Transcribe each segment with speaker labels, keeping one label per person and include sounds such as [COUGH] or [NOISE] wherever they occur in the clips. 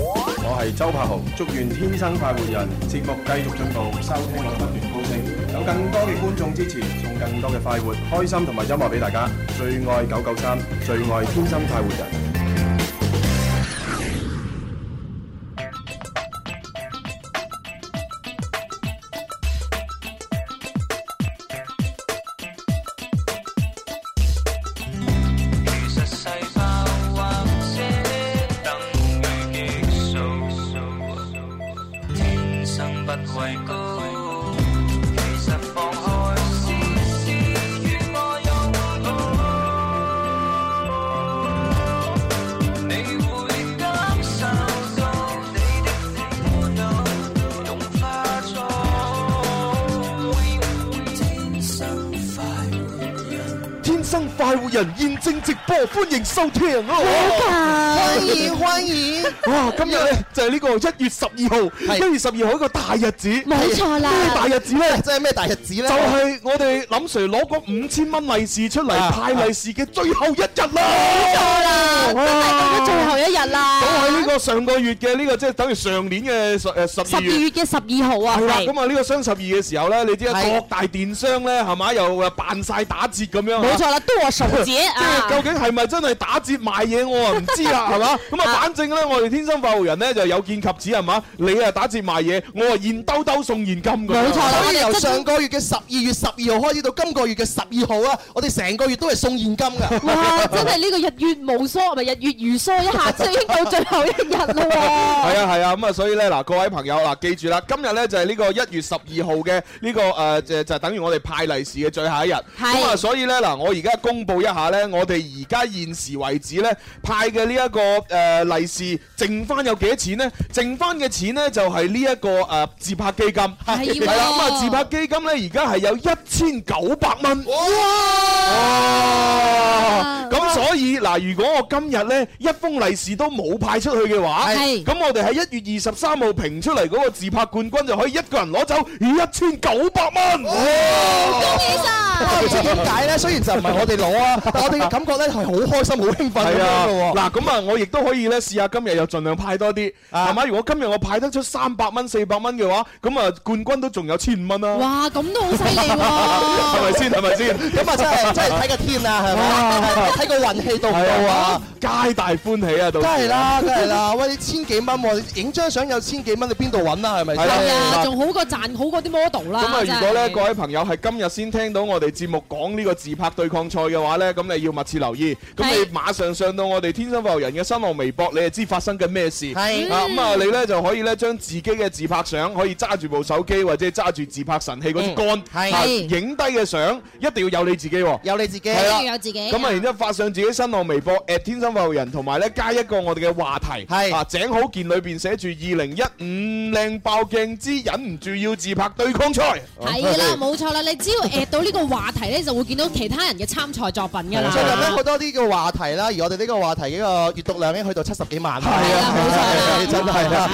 Speaker 1: 係周柏豪，祝願天生快活人節目繼續進步，收聽率不斷高升，有更多嘅觀眾支持，送更多嘅快活、開心同埋音樂俾大家。最愛九九三，最愛天生快活人。
Speaker 2: 天生快活人現正直播，歡迎收聽啊！
Speaker 3: 歡迎歡
Speaker 2: 迎！哇，今日咧就係呢個一月十二號，一月十二號一個大日子，
Speaker 3: 冇錯啦
Speaker 2: 咩大日子咧？
Speaker 3: 真係咩大日子咧
Speaker 2: 就係我哋林 Sir 攞嗰五千蚊利是出嚟
Speaker 3: 啊
Speaker 2: 派利是嘅最後一日啦！
Speaker 4: 冇錯啦
Speaker 2: 哇
Speaker 4: 真係到咗最後一日啦
Speaker 2: 就係呢個上個月嘅呢個，即係等於上年嘅十誒十
Speaker 4: 十二
Speaker 2: 二
Speaker 4: 月嘅十二號啊，
Speaker 2: 係啦，
Speaker 4: 係
Speaker 2: 咁啊呢個雙十二嘅時候咧，你知啦，
Speaker 4: 係
Speaker 2: 各大電商咧係咪又誒呃扮晒打折咁樣啊？
Speaker 4: 冇錯啦剁手
Speaker 2: [LAUGHS]
Speaker 4: 節
Speaker 2: 即係
Speaker 4: 啊
Speaker 2: 究竟係咪真係打折賣嘢我啊唔知啦，
Speaker 4: [LAUGHS]
Speaker 2: 係嘛？咁啊，反正咧我哋天生快活人咧就有見及此係嘛？你啊打折賣嘢，我啊現兜兜送現金咁樣。
Speaker 3: 所以由上個月嘅十二月十二號開始到今個月嘅十二號啊，我哋成個月都係送現金㗎。
Speaker 4: 哇！真係呢個日月無梭，咪日月如梭一下，即係已經到最後一日啦
Speaker 2: [LAUGHS] 係啊係啊，咁啊，所以咧嗱，各位朋友嗱，記住啦，今日咧就係呢個一月十二號嘅呢個誒，就就等於我哋派利是嘅最後一日。咁啊，所以咧嗱，我而家公佈一下咧，我哋而家現時為止咧派嘅呢一個誒呃利是，剩翻有幾多錢呢？剩翻嘅錢呢，就係呢一個誒自拍基金。
Speaker 4: 係喎
Speaker 2: 啦，咁啊自拍基金咧而家係有一千九百蚊。哇！咁所以嗱，如果我今日咧一封利是都冇派出去嘅話，
Speaker 4: 係
Speaker 2: 咁我哋喺一月二十三號評出嚟嗰個自拍冠軍就可以一個人攞走一千九百蚊。
Speaker 3: 哦恭
Speaker 2: 喜 [LAUGHS]
Speaker 3: 唔知點解咧？雖然就唔係我哋攞啊，但我哋嘅感覺咧係好開心、好興奮咁
Speaker 2: 係
Speaker 3: 樣㗎喎。
Speaker 2: 啊，嗱咁啊，我亦都可以咧試下今日又盡量派多啲，
Speaker 3: 啊
Speaker 2: 係咪？如果今日我派得出三百蚊、四百蚊嘅話，咁啊冠軍都仲有千五蚊啦。
Speaker 4: 喎！哇，咁都好犀利喎！
Speaker 2: [LAUGHS] 係啊咪先？係咪
Speaker 3: [LAUGHS]
Speaker 2: 先？
Speaker 3: 咁啊
Speaker 2: [LAUGHS]
Speaker 3: 真係真係睇個天啊，係咪？睇個運氣到唔到啊？
Speaker 2: 皆大歡喜啊！到時
Speaker 3: 梗係啦，梗係啦！喂，你千幾蚊喎，你影張相有千幾蚊，你邊度揾啊？係咪先？
Speaker 2: 係啊
Speaker 4: 啊，仲好過賺好過啲 model 啦。
Speaker 2: 咁啊，
Speaker 4: 真
Speaker 2: 如
Speaker 4: 係
Speaker 2: 果咧各位朋友係今日先聽到我哋節目講呢個自拍對抗賽嘅話咧，咁你要密切留意。咁
Speaker 4: 係
Speaker 2: 你馬上上到我哋天生快活人嘅新浪微博，你就知發生緊咩事。
Speaker 3: 係
Speaker 2: 啊，咁啊，你咧就可以咧將自己嘅自拍相可以揸住部手機或者揸住自拍神器嗰支杆，
Speaker 3: 嗯係
Speaker 2: 啊影低嘅相一定要有你自己喎。
Speaker 3: 有你自己。
Speaker 2: 係啦
Speaker 4: 一定要有自己
Speaker 2: 咁啊，然之後發上自己新浪微博 at 天生快活人，同埋咧加一個我哋嘅話題，
Speaker 3: 係
Speaker 2: 啊井好件裏邊寫住二零一五靚爆鏡之忍唔住要自拍對抗賽。
Speaker 4: 係
Speaker 2: 啊
Speaker 4: 啦，冇錯啦，你只要 at 到呢個話題咧，就會見到其他人嘅參賽作品
Speaker 2: 啊
Speaker 4: 㗎啦。
Speaker 3: 最近咧好多呢個話題啦，而我哋呢個話題嘅個閱讀量已經去到七十幾萬啦。
Speaker 2: 係啊冇錯啦
Speaker 3: 係真係啊！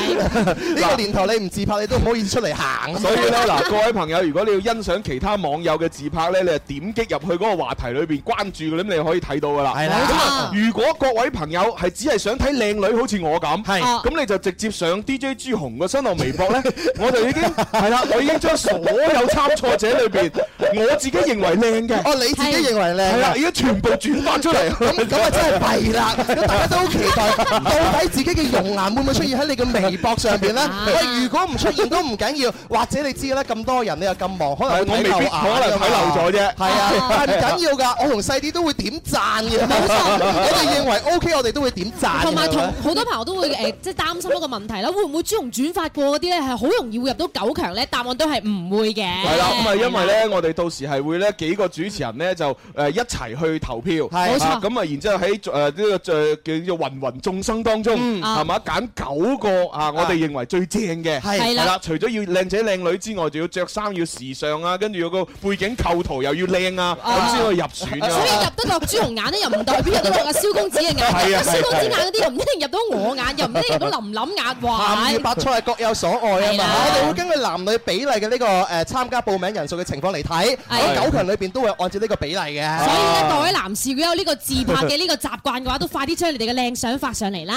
Speaker 2: [LAUGHS]
Speaker 3: 呢個年頭你唔自拍，你都唔可以出嚟行。
Speaker 2: 所以咧嗱，各位朋友，如果你要欣賞其他網友嘅自拍咧，你係點擊入去嗰個話題裏邊關注，咁你可以睇到噶啦。
Speaker 3: 係啦
Speaker 2: 咁啊如果各位朋友係只係想睇靚女，好似我咁，
Speaker 3: 係
Speaker 4: 哦
Speaker 2: 咁你就直接上 DJ 朱紅嘅新浪微博咧，我就已經係啦，我已經將所有參賽者裏邊，我自己認為靚嘅，
Speaker 3: 哦，你自己認為
Speaker 2: 係
Speaker 3: 靚
Speaker 2: 啦，
Speaker 3: 啊
Speaker 2: 已？經全部轉發出
Speaker 3: [LAUGHS]
Speaker 2: 嚟。
Speaker 3: 咁咁啊真係弊啦！咁大家都好期待，到底自己嘅容顏會唔會出現喺你嘅微博上邊咧？
Speaker 2: 啊
Speaker 3: 喂，如果唔出現都唔緊要，或者你知啦，咁多人你又咁忙，可能會
Speaker 2: 我未必
Speaker 3: 睇漏眼
Speaker 2: 我可能睇漏咗啫 [LAUGHS]
Speaker 3: 係啊，但係唔緊要㗎，我同細啲都會點讚嘅。冇錯， [LAUGHS] 我哋認為 OK，我哋都會點讚嘅。
Speaker 4: 同埋同
Speaker 3: 係咪
Speaker 4: 好多朋友都會誒，即係擔心一個問題啦，會唔會朱紅轉發過嗰啲咧係好容易會入到九強咧？答案都係唔會嘅。
Speaker 2: 係
Speaker 4: 係
Speaker 2: 啦，咁啊，因為咧，我哋到時係會咧幾個主持人咧就誒一齊去投票，
Speaker 3: 係冇錯
Speaker 2: 啊咁啊，然之後喺誒呢個誒叫做芸芸眾生當中，
Speaker 4: 啊
Speaker 2: 係嘛揀九個啊，我哋認為最正嘅
Speaker 3: 係
Speaker 4: 係啦
Speaker 2: 啦，除咗要靚仔靚女之外，仲要着衫要時尚啊，跟住有個背景構圖又要靚啊，咁先可以入選
Speaker 4: [LAUGHS] 所以
Speaker 2: 啊。
Speaker 4: 入得落朱紅眼咧，又唔代表入得落阿蕭公子嘅眼。
Speaker 2: 係啊係啊
Speaker 4: 蕭公子眼嗰啲又唔一定入到我我眼，又唔一定入到琳琳眼，哇！
Speaker 3: 男女白菜係各有所愛啊
Speaker 4: 係
Speaker 3: 嘛，
Speaker 4: 啦
Speaker 3: 我哋會根據男女比例嘅呢個誒參加報名人數嘅情況嚟睇，喺九強裏邊都會按照呢個比例
Speaker 2: 啊
Speaker 3: 嘅。
Speaker 4: 所以咧，各位男士如果有呢個自拍嘅呢個習慣嘅話，都快啲將你哋嘅靚相發上嚟啦。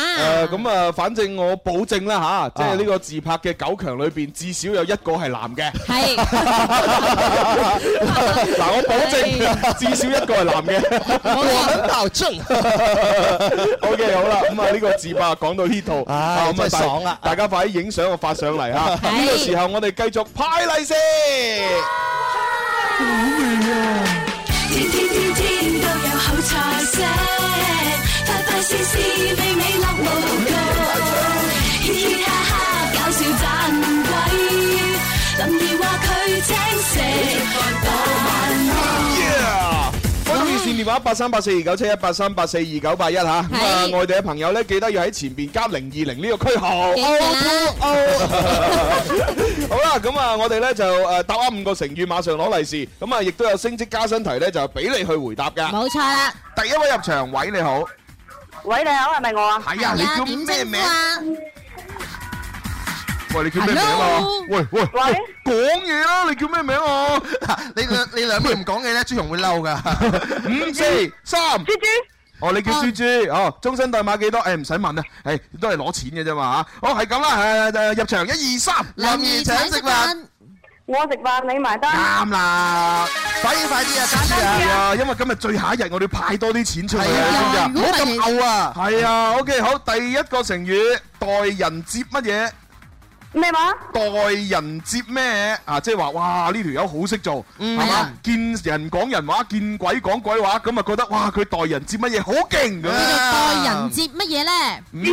Speaker 2: 誒咁啊，反正我保證啦吓，即係呢個自拍嘅九強裏邊，至少有一個係男嘅。
Speaker 4: 係
Speaker 2: 嗱，我保證至少一個係男嘅。
Speaker 3: 我很矛盾，
Speaker 2: OK，好啦，咁啊呢個自拍講到呢度，
Speaker 3: 唉
Speaker 2: 啊咁啊
Speaker 3: 真係
Speaker 2: 大
Speaker 3: 爽啊
Speaker 2: 大家快啲影相我發上嚟吓。
Speaker 4: 係
Speaker 2: 呢個時候我哋繼續派利是。
Speaker 5: 天天天天都有好菜色，快快事事美美樂無窮，嘻嘻哈哈搞笑盞鬼，林兒話佢請食飯。
Speaker 2: Yeah！開通熱線電話八三八四二九七一八三八四二九八一嚇，咁啊
Speaker 4: 係
Speaker 2: 外地嘅朋友咧記得要喺前邊加零二零呢個區號。
Speaker 4: 記住
Speaker 2: 啊
Speaker 4: 啦
Speaker 2: 好啦，咁啊我哋咧就誒答啱五個成語，馬上攞利是。咁啊亦都有升職加薪題咧，就俾你去回答㗎。
Speaker 4: 冇錯啦。
Speaker 2: 第一位入場，喂你好，
Speaker 6: 喂，你好，係咪我啊？
Speaker 2: 係啊，你叫咩名？喂，你叫咩名啊
Speaker 4: Hello？？
Speaker 2: 喂喂喂，講嘢啦！你叫咩名啊？
Speaker 3: 你兩你兩妹唔講嘢咧，朱紅會
Speaker 2: [LAUGHS]
Speaker 3: 嬲噶。
Speaker 2: 五四三。
Speaker 6: 豬豬，
Speaker 2: 哦，你叫豬豬，哦，終身代碼幾多？誒，唔使問啦，誒，都係攞錢嘅啫嘛嚇。好，係咁啦，誒誒入場一二三，
Speaker 4: 啊
Speaker 3: 林兒請食飯，
Speaker 6: 我食飯你埋單。
Speaker 2: 啱啦。
Speaker 3: 快啲快啲啊，朱
Speaker 2: 係
Speaker 3: 朱啊！
Speaker 2: 啊，因為今日最後一日，我哋要派多啲錢出去
Speaker 3: 係
Speaker 2: 啊，知唔知
Speaker 3: 啊
Speaker 2: 啊，
Speaker 3: 唔？好咁嘔啊！
Speaker 2: 係啊，OK，好，ờ, 第一個成語待人接乜嘢？
Speaker 6: 咩話？
Speaker 2: 待人接咩啊？即係話哇呢條友好識做，嗯係
Speaker 3: 係
Speaker 2: 嘛
Speaker 3: 啊？
Speaker 2: 見人講人話，見鬼講鬼話，咁啊覺得哇佢待人接乜嘢好勁咁樣。嗯
Speaker 6: 芝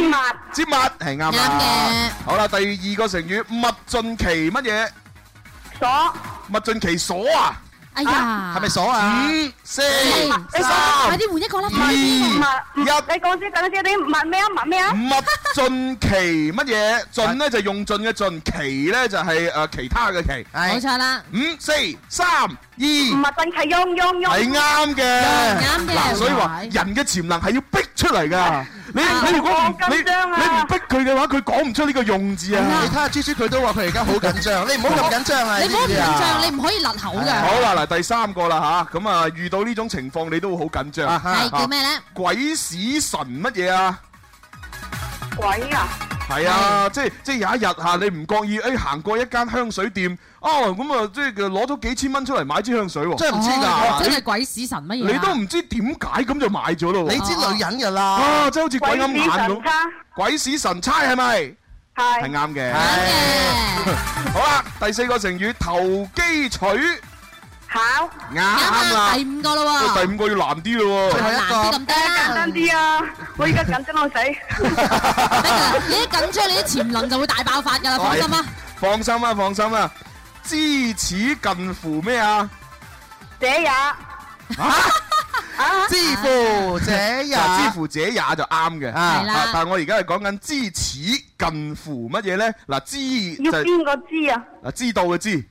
Speaker 6: 麻
Speaker 2: 接物係啱嘅。好啦，第二個成語物盡其乜嘢？
Speaker 6: 鎖，
Speaker 2: 物盡其所啊！
Speaker 4: 哎
Speaker 3: 係咪鎖啊？
Speaker 2: 五、四、
Speaker 6: 你
Speaker 2: 三、二、
Speaker 4: Ừ.
Speaker 6: 物
Speaker 2: 一。
Speaker 6: 你講先，講先，你物咩啊？物咩啊？
Speaker 2: 物盡其乜嘢？盡呢就用盡嘅盡，其呢就係誒其他嘅其。
Speaker 3: 係
Speaker 2: 五、四、三、二，係
Speaker 6: 物震其用用用。
Speaker 2: 啱嘅。
Speaker 4: 啱嘅
Speaker 2: 嗱，所以話人嘅潛能係要逼出嚟㗎。你你如果唔
Speaker 6: 我
Speaker 2: 你
Speaker 6: 緊張啊
Speaker 2: 你唔逼佢嘅話，佢講唔出呢個用字啊。
Speaker 3: 你睇下朱朱佢都話佢而家好緊張，你唔好咁緊張啊！知知啊
Speaker 4: 啊
Speaker 2: 好啦，嗱第三個啦吓，咁啊遇到呢種情況你都會好緊張。
Speaker 3: 啊哈
Speaker 2: 鬼使神乜嘢啊？
Speaker 6: 鬼啊！
Speaker 2: 係啊，即係即係有一日嚇，你唔覺意誒行過一間香水店，啊咁啊，即係攞咗幾千蚊出嚟買支香水喎，
Speaker 3: 真係唔知啊
Speaker 4: 哦
Speaker 3: 㗎，
Speaker 2: 啊
Speaker 4: 啊
Speaker 2: 你都唔知點解咁就買咗咯
Speaker 3: 你
Speaker 2: 喎，
Speaker 3: 知女人㗎啦。
Speaker 2: 啊，即係好似鬼
Speaker 6: 鬼
Speaker 2: 咁
Speaker 6: 使
Speaker 2: 眼
Speaker 6: 神
Speaker 2: 咁，
Speaker 6: 差，
Speaker 2: 鬼使神差係咪？係
Speaker 6: 係
Speaker 2: 啱嘅。
Speaker 3: 唉
Speaker 2: 好啦，第四個成語投機取
Speaker 6: 考，
Speaker 2: 啱啦，喂第五個要難啲咯喎。
Speaker 4: Ừ.
Speaker 6: 簡單啲啊！我而家緊張到死。
Speaker 2: 放心啦，放心啦，知此近乎咩啊？
Speaker 6: 這也
Speaker 3: 知乎者也，
Speaker 2: 嗱，知乎者也就啱嘅。
Speaker 3: 啊
Speaker 4: 係啦
Speaker 2: 啊但係我而家係講緊知此近乎乜嘢咧？嗱，知
Speaker 6: 要
Speaker 2: 就係
Speaker 6: 邊個知啊？
Speaker 2: 嗱知道嘅知，啊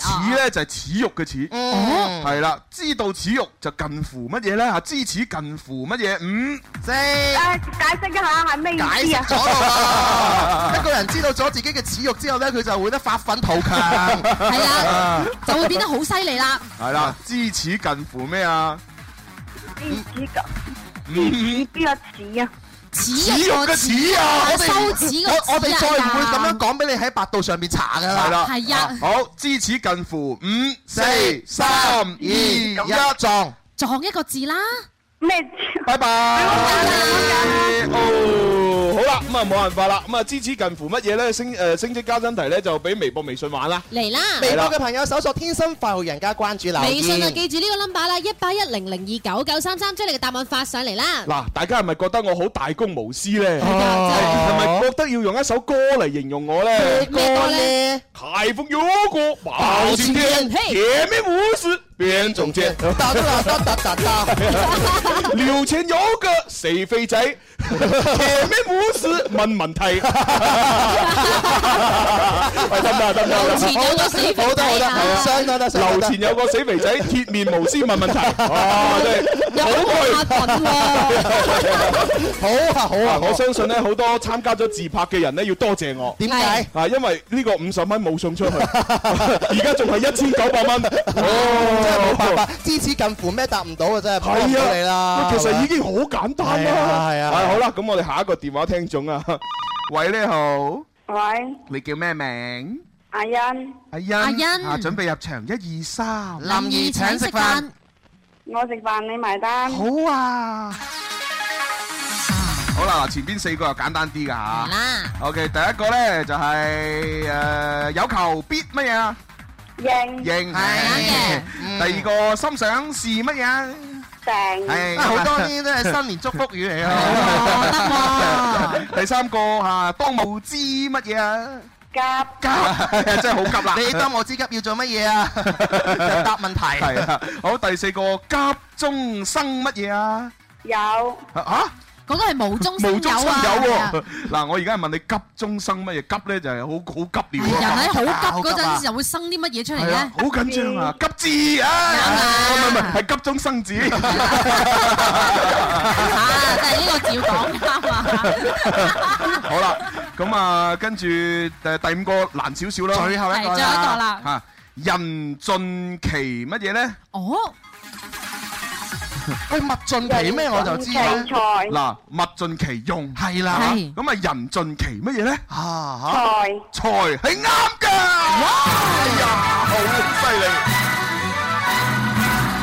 Speaker 2: 恥咧就係恥辱嘅恥，
Speaker 3: 嗯，
Speaker 2: 係啦，知道恥辱就近乎乜嘢咧？啊，知此近乎乜嘢？嗯五
Speaker 3: 即
Speaker 6: 誒，解釋一下係咩意
Speaker 3: 解釋
Speaker 6: 思啊？
Speaker 3: 咗啦。一個人知道咗自己嘅恥辱之後咧，佢就會得發奮圖強。
Speaker 2: 係啦，知此近乎咩啊？
Speaker 6: 知知個
Speaker 2: 五
Speaker 6: 邊個似啊？
Speaker 2: 恥辱嘅恥啊！
Speaker 3: 我哋我我哋再唔會咁樣講俾你喺百度上面查
Speaker 2: 係
Speaker 3: 㗎啦。
Speaker 2: 啦，
Speaker 4: 係啊
Speaker 2: 好，知此近乎五四三二
Speaker 4: 嗯
Speaker 2: 一，
Speaker 4: 啊
Speaker 3: 撞。
Speaker 6: 咩字？
Speaker 2: 拜拜。哦，好啦，咁啊冇辦法啦，咁啊知此近乎乜嘢咧？升誒升職加薪題咧就俾微博、微信玩啦。
Speaker 3: 微博嘅朋友搜索天生快活人家關注留
Speaker 4: 微信啊，
Speaker 3: 言。
Speaker 4: 記住呢個 number 啦，一八一零零二九九三三，將你嘅答案發上嚟啦。
Speaker 2: 嗱，大家係咪覺得我好大公無私咧？
Speaker 4: 係㗎真係
Speaker 2: 係咪覺得要用一首歌嚟形容我咧？
Speaker 4: 咩歌咧？
Speaker 2: 海風有過包青天，铁面无私变忠奸。
Speaker 3: 哒哒哒哒哒哒，
Speaker 2: [LAUGHS] 刘前有個死肥仔，铁面無私問問題。 [LAUGHS] 喂，得唔得？得唔得？
Speaker 4: 前有個死肥仔
Speaker 3: 好得好得，
Speaker 4: 啊
Speaker 3: 相當得，相當
Speaker 2: 樓
Speaker 3: 得
Speaker 2: 前有個死肥仔，鐵面無私問問題。哦，真係
Speaker 7: 有好多壓韻
Speaker 4: [LAUGHS]
Speaker 7: 喎，
Speaker 3: 好啊好啊，
Speaker 2: 嗱，我
Speaker 3: 我
Speaker 2: 相信咧好多參加咗自拍嘅人咧要多謝我。
Speaker 3: 點解？
Speaker 2: 啊，因為呢個五十蚊冇送出去， [LAUGHS] 而家仲係一千九百蚊。
Speaker 3: 真係冇辦
Speaker 2: 哦，
Speaker 3: 法，知此近乎咩答唔到啊！真係幫唔
Speaker 2: 係
Speaker 3: 到
Speaker 2: 啊，
Speaker 3: 你啦。
Speaker 2: 喂其
Speaker 3: 係咪
Speaker 2: 實已經好簡單
Speaker 3: 係啊
Speaker 2: 啦。
Speaker 3: 係啊係啊
Speaker 2: 好啦，咁我哋下一個電話聽眾啊， [LAUGHS] 喂，你好，
Speaker 6: 喂，
Speaker 2: 你叫咩名？
Speaker 6: 阿欣，
Speaker 2: 阿欣，
Speaker 4: 阿欣
Speaker 2: 啊，準備入場，一二三，
Speaker 4: 林怡請食飯，
Speaker 6: 我食飯你埋單。
Speaker 2: 好啊！好啦，嗱前邊四個又簡單啲噶嚇。
Speaker 4: 係啦，
Speaker 2: OK，第一個咧就係、誒、有求必乜嘢啊？
Speaker 6: 應
Speaker 2: 應
Speaker 4: 係啱嘅
Speaker 2: [LAUGHS] 第二個心想事乜嘢啊？
Speaker 6: 定
Speaker 2: 係
Speaker 3: 啊好多呢啲都係新年祝福語嚟啊！
Speaker 4: 哦
Speaker 2: 第三個啊嚇當務之乜嘢啊？
Speaker 6: 夾
Speaker 2: 急， [LAUGHS] 真係好急啦！
Speaker 3: 你當我知急要做乜嘢啊？就答問題。
Speaker 2: 係啊，好第四個急中生乜嘢啊？
Speaker 6: 有
Speaker 2: 嚇！
Speaker 4: 嗰個係無中
Speaker 2: 無
Speaker 4: 生
Speaker 2: 中生
Speaker 4: 有啊，
Speaker 2: 有
Speaker 4: 係啊
Speaker 2: 喎！嗱，我而家係問你急中生乜嘢？急咧就係好好急
Speaker 4: 人
Speaker 2: 尿啊！
Speaker 4: 喺好急嗰陣時，又會生啲乜嘢出嚟啊
Speaker 2: 係啊
Speaker 4: 咧，？
Speaker 2: 好緊張啊！急字啊！唔係唔係，係急中
Speaker 4: [LAUGHS]
Speaker 2: 生子。啊
Speaker 4: 啊，但係呢個字要講啱
Speaker 2: [LAUGHS]
Speaker 4: 啊！
Speaker 2: 好啦，咁啊，跟住誒第五個難少少啦，最後
Speaker 4: 係最後一個啦，
Speaker 2: 嚇人盡其乜嘢咧？
Speaker 4: 哦，
Speaker 3: 喂，物盡其咩我就知啦。
Speaker 6: 奇財
Speaker 2: 嗱，物盡其用，
Speaker 3: 係
Speaker 2: 嚇
Speaker 3: 啦，
Speaker 4: 係
Speaker 2: 咁啊人盡其乜嘢咧？
Speaker 3: 啊
Speaker 6: 財
Speaker 2: 才係啱㗎！哎呀，好犀利！啊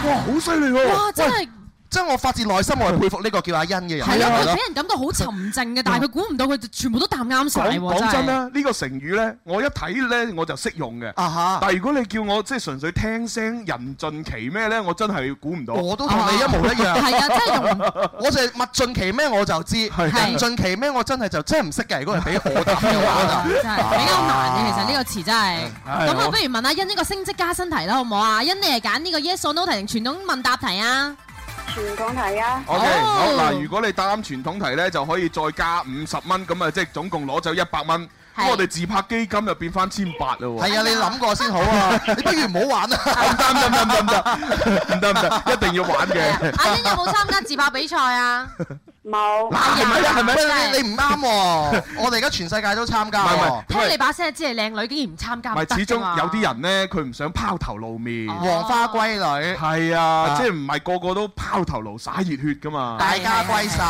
Speaker 2: 哇，好犀利喎！
Speaker 4: 哇，真係〜
Speaker 3: 即係我發自內心我係佩服呢個叫阿欣嘅人。
Speaker 4: 係啊，
Speaker 3: 係
Speaker 4: 佢俾人感到好沉靜嘅，但係佢估唔到佢全部都答啱晒
Speaker 2: 啊講
Speaker 4: 喎，
Speaker 2: 講真
Speaker 4: 真係。
Speaker 2: 啦，呢個成語咧，我一睇咧我就識用嘅。
Speaker 3: 啊哈，
Speaker 2: 但係如果你叫我即係純粹聽聲人盡其咩咧，我真係估唔到。
Speaker 3: 我都同你一
Speaker 2: [LAUGHS]
Speaker 3: 模一樣。
Speaker 4: 係啊，真係用
Speaker 3: 我就係物盡其咩我就知，
Speaker 2: 係
Speaker 3: 人盡其咩我真係就真係唔識嘅。如果係俾我答嘅話
Speaker 4: 啊，真係比較
Speaker 2: 啊
Speaker 4: 難嘅。其實呢個詞真係。
Speaker 2: 唉
Speaker 4: 咁我啊
Speaker 2: 我
Speaker 4: 不如問阿欣呢個升職加薪題啦，好唔好啊？欣你係揀呢個 yes or no 題定傳統問答題啊？
Speaker 6: 傳統題啊，
Speaker 2: O K，
Speaker 4: 哦
Speaker 2: 好嗱，如果你答啱傳統題咧，就可以再加五十蚊，咁啊，即係總共攞走一百蚊。
Speaker 4: 係
Speaker 2: 咁我哋自拍基金就變翻千八啦
Speaker 3: 就
Speaker 2: 喎。
Speaker 3: 係啊，你諗過先好啊。你不如唔好玩啊啦。
Speaker 2: 唔得唔得唔得唔得唔得唔得，一定要玩嘅。
Speaker 4: 阿欣有冇參加自拍比賽啊？
Speaker 6: 冇
Speaker 2: [LAUGHS] 係
Speaker 3: [LAUGHS]
Speaker 2: 咪啊？係咪啊？
Speaker 3: 喂，你你唔啱喎！我哋而家全世界都參加
Speaker 2: 唔係
Speaker 3: 喎
Speaker 2: 唔。
Speaker 4: 聽啊你把聲知係靚女，竟然唔參加
Speaker 2: 唔
Speaker 4: 唔得
Speaker 2: 係，始終
Speaker 4: 㗎嘛
Speaker 2: 有啲人咧，佢唔想拋頭露面。
Speaker 3: 黃
Speaker 4: 哦
Speaker 3: 花閨女，
Speaker 2: 係啊，即係唔係個個都拋頭露灑熱血噶嘛？
Speaker 3: 大家閨秀。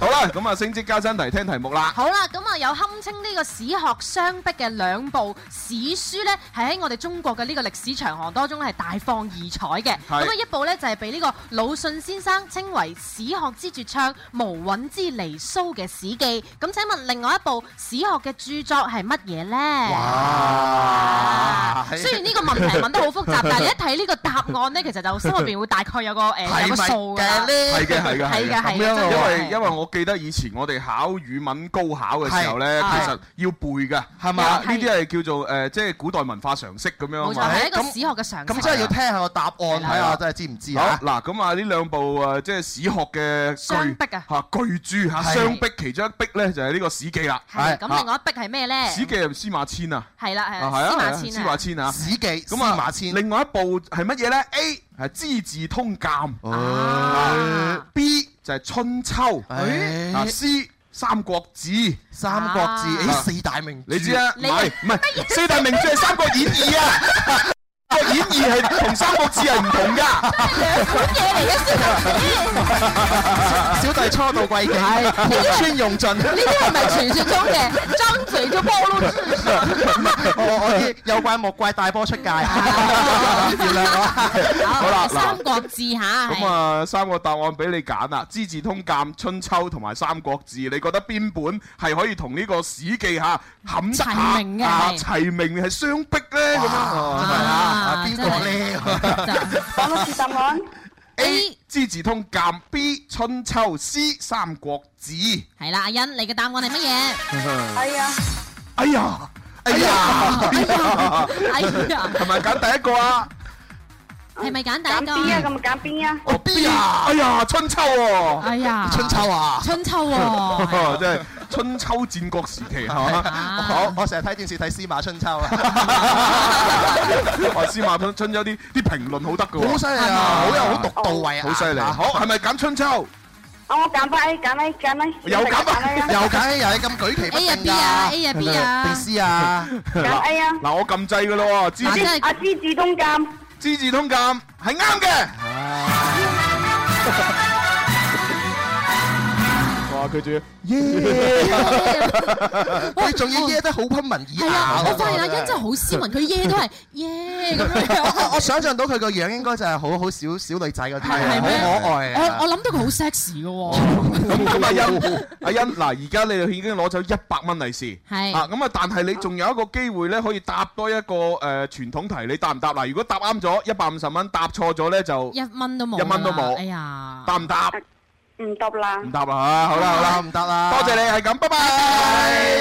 Speaker 2: 好啦，咁啊，升職加薪題聽題目啦。
Speaker 4: 好啦，咁啊有堪稱呢個史學雙璧嘅兩部史書呢，係喺我哋中國嘅呢個歷史長河當中咧係大放異彩嘅。
Speaker 2: 係
Speaker 4: 咁啊一部呢，就係被呢個魯迅先生稱為史學之絕唱、無韻之離騷嘅《史記》。咁請問另外一部史學嘅著作係乜嘢呢？啊
Speaker 3: 哇！
Speaker 4: 雖然呢個問題問得好複雜，但係你一睇呢個答案呢，其實就心入邊會大概有個誒、呃有個數㗎啦。
Speaker 2: 係
Speaker 3: 咧？
Speaker 2: 嘅，係嘅，
Speaker 4: 係嘅係嘅
Speaker 2: 因
Speaker 4: 真係
Speaker 2: 為因為我記得以前我哋考語文高考嘅時候咧，
Speaker 4: 係
Speaker 2: 其實要背㗎，係
Speaker 4: 嘛
Speaker 2: 呢啲係叫做誒，即係古代文化常識咁樣啊
Speaker 4: 冇錯，
Speaker 2: 嘛。
Speaker 4: 係一個
Speaker 3: 咁
Speaker 4: 史學嘅常識。
Speaker 3: 咁真係要聽下個答案，睇下真係知唔知
Speaker 2: 好
Speaker 3: 啊？
Speaker 2: 嗱，咁啊呢兩部誒即係史學嘅巨
Speaker 4: 雙璧啊
Speaker 2: 嚇巨著嚇
Speaker 3: 係
Speaker 2: 雙璧，其中一璧咧就係呢個《史記》啦。
Speaker 4: 係
Speaker 2: 啊
Speaker 4: 咁，另外一壁係咩呢？
Speaker 2: 《史記》係司馬遷啊，
Speaker 4: 係啦，係
Speaker 2: 啊
Speaker 4: 啦，司
Speaker 2: 係啊，
Speaker 4: 馬遷
Speaker 2: 司
Speaker 4: 啊
Speaker 2: 馬。遷啊。
Speaker 3: 史記、司
Speaker 2: 咁啊，
Speaker 3: 馬遷，
Speaker 2: 另外一部係乜嘢咧？A 係《資治通鑑》
Speaker 4: 啊
Speaker 2: ，B 就係《春秋》，
Speaker 3: 哎
Speaker 2: 啊 C《三國志》。
Speaker 3: 三國志，
Speaker 4: 啊
Speaker 3: 誒四大名著，
Speaker 2: 你知啊啦，唔
Speaker 4: 你
Speaker 2: 係唔係四大名著係《三國演義》啊， [LAUGHS] 《個演義》係同《三國志》係唔同噶。 [LAUGHS]
Speaker 3: 小弟初到貴境，盤川用盡。
Speaker 4: 呢啲係咪傳説中嘅張嘴就暴露知識啊？
Speaker 3: 我我知有怪莫怪，大波出界。啊原
Speaker 8: 啊
Speaker 3: 諒我。
Speaker 2: 好啦嗱
Speaker 4: 三國志嚇，
Speaker 2: 咁啊，三個答案俾你揀啦，《資治通鑑》《春秋》同埋《三國志》，你覺得邊本係可以同呢個《史記》嚇冚得下
Speaker 4: 齊名嘅
Speaker 2: 啊
Speaker 4: 係
Speaker 2: 齊名係相逼咧咁樣
Speaker 3: 哇
Speaker 2: 啊？
Speaker 3: 係啊，邊
Speaker 4: 真係
Speaker 3: 個咧？
Speaker 6: 講多次答案。
Speaker 2: A
Speaker 4: A
Speaker 2: 《資治通鑑》B《春秋》C《三國志》。
Speaker 4: 係啦，阿欣，你嘅答案係
Speaker 2: [LAUGHS]
Speaker 4: 乜嘢？
Speaker 2: 哎
Speaker 6: 哎呀，
Speaker 2: 呀，哎呀，
Speaker 4: 哎呀，
Speaker 2: 係咪揀第一個啊？
Speaker 4: 係咪揀
Speaker 6: 揀
Speaker 4: 第
Speaker 6: B 啊，
Speaker 4: 一個？
Speaker 6: 咁揀邊啊？
Speaker 2: 哦我 B 啊！哎呀，春秋喎。
Speaker 4: 哎呀，
Speaker 2: [LAUGHS]
Speaker 3: 春秋啊！
Speaker 4: 春秋喎，
Speaker 2: 哦真係春秋戰國時期係
Speaker 8: 啊
Speaker 3: [LAUGHS]
Speaker 2: 嘛？
Speaker 3: 我我成日睇電視睇《司馬春秋》啊， [LAUGHS]
Speaker 2: 我司馬春秋啲啲評論好得㗎喎，
Speaker 3: 好犀利啊，好有好獨到位啊，
Speaker 2: 好犀利。
Speaker 3: 啊
Speaker 2: 好，係咪揀春秋？
Speaker 6: 啊我揀翻 A，揀 A，揀 A，
Speaker 2: 又揀
Speaker 6: 揀 A
Speaker 3: 又
Speaker 6: 啊，
Speaker 3: 解又係咁舉棋不
Speaker 8: A 啊
Speaker 3: 定
Speaker 8: B 啊
Speaker 3: 㗎，
Speaker 8: ，A 啊 B 啊
Speaker 3: 定，C 啊，
Speaker 6: 揀 A 啊，
Speaker 2: 嗱，我撳掣㗎咯喎，資
Speaker 8: 嗱
Speaker 2: 治
Speaker 8: 真
Speaker 2: [LAUGHS]
Speaker 8: 係
Speaker 6: 阿芝自東監，
Speaker 2: 資治通鑑係啱嘅。哇！佢仲要
Speaker 3: [LAUGHS] 佢仲要耶得好温文爾
Speaker 8: 哦係啊
Speaker 3: 雅，
Speaker 8: 我發現阿欣真係好斯文，佢耶都係耶咁樣。
Speaker 3: 我我想象到佢個樣應該就係好好小小女仔嗰啲啊，
Speaker 8: 係咩
Speaker 3: 好可愛
Speaker 4: 我
Speaker 3: 啊！
Speaker 4: 我諗到佢好 sexy 嘅喎，
Speaker 2: 咁阿欣，阿欣嗱，而家你就已經攞走一百蚊利是，
Speaker 8: 係
Speaker 2: 啊咁啊，但係你仲有一個機會咧，可以答多一個誒傳統題，你答唔答？嗱，如果答啱咗一百五十蚊，答錯咗咧就
Speaker 8: 一蚊都冇啦，
Speaker 2: 一蚊都冇
Speaker 8: 哎呀，
Speaker 2: 答唔答？
Speaker 6: 唔答啦
Speaker 2: 唔。答啦，好啦好
Speaker 3: 啊
Speaker 2: 啦，
Speaker 3: 唔得啦，
Speaker 2: 多謝你，係咁，拜拜。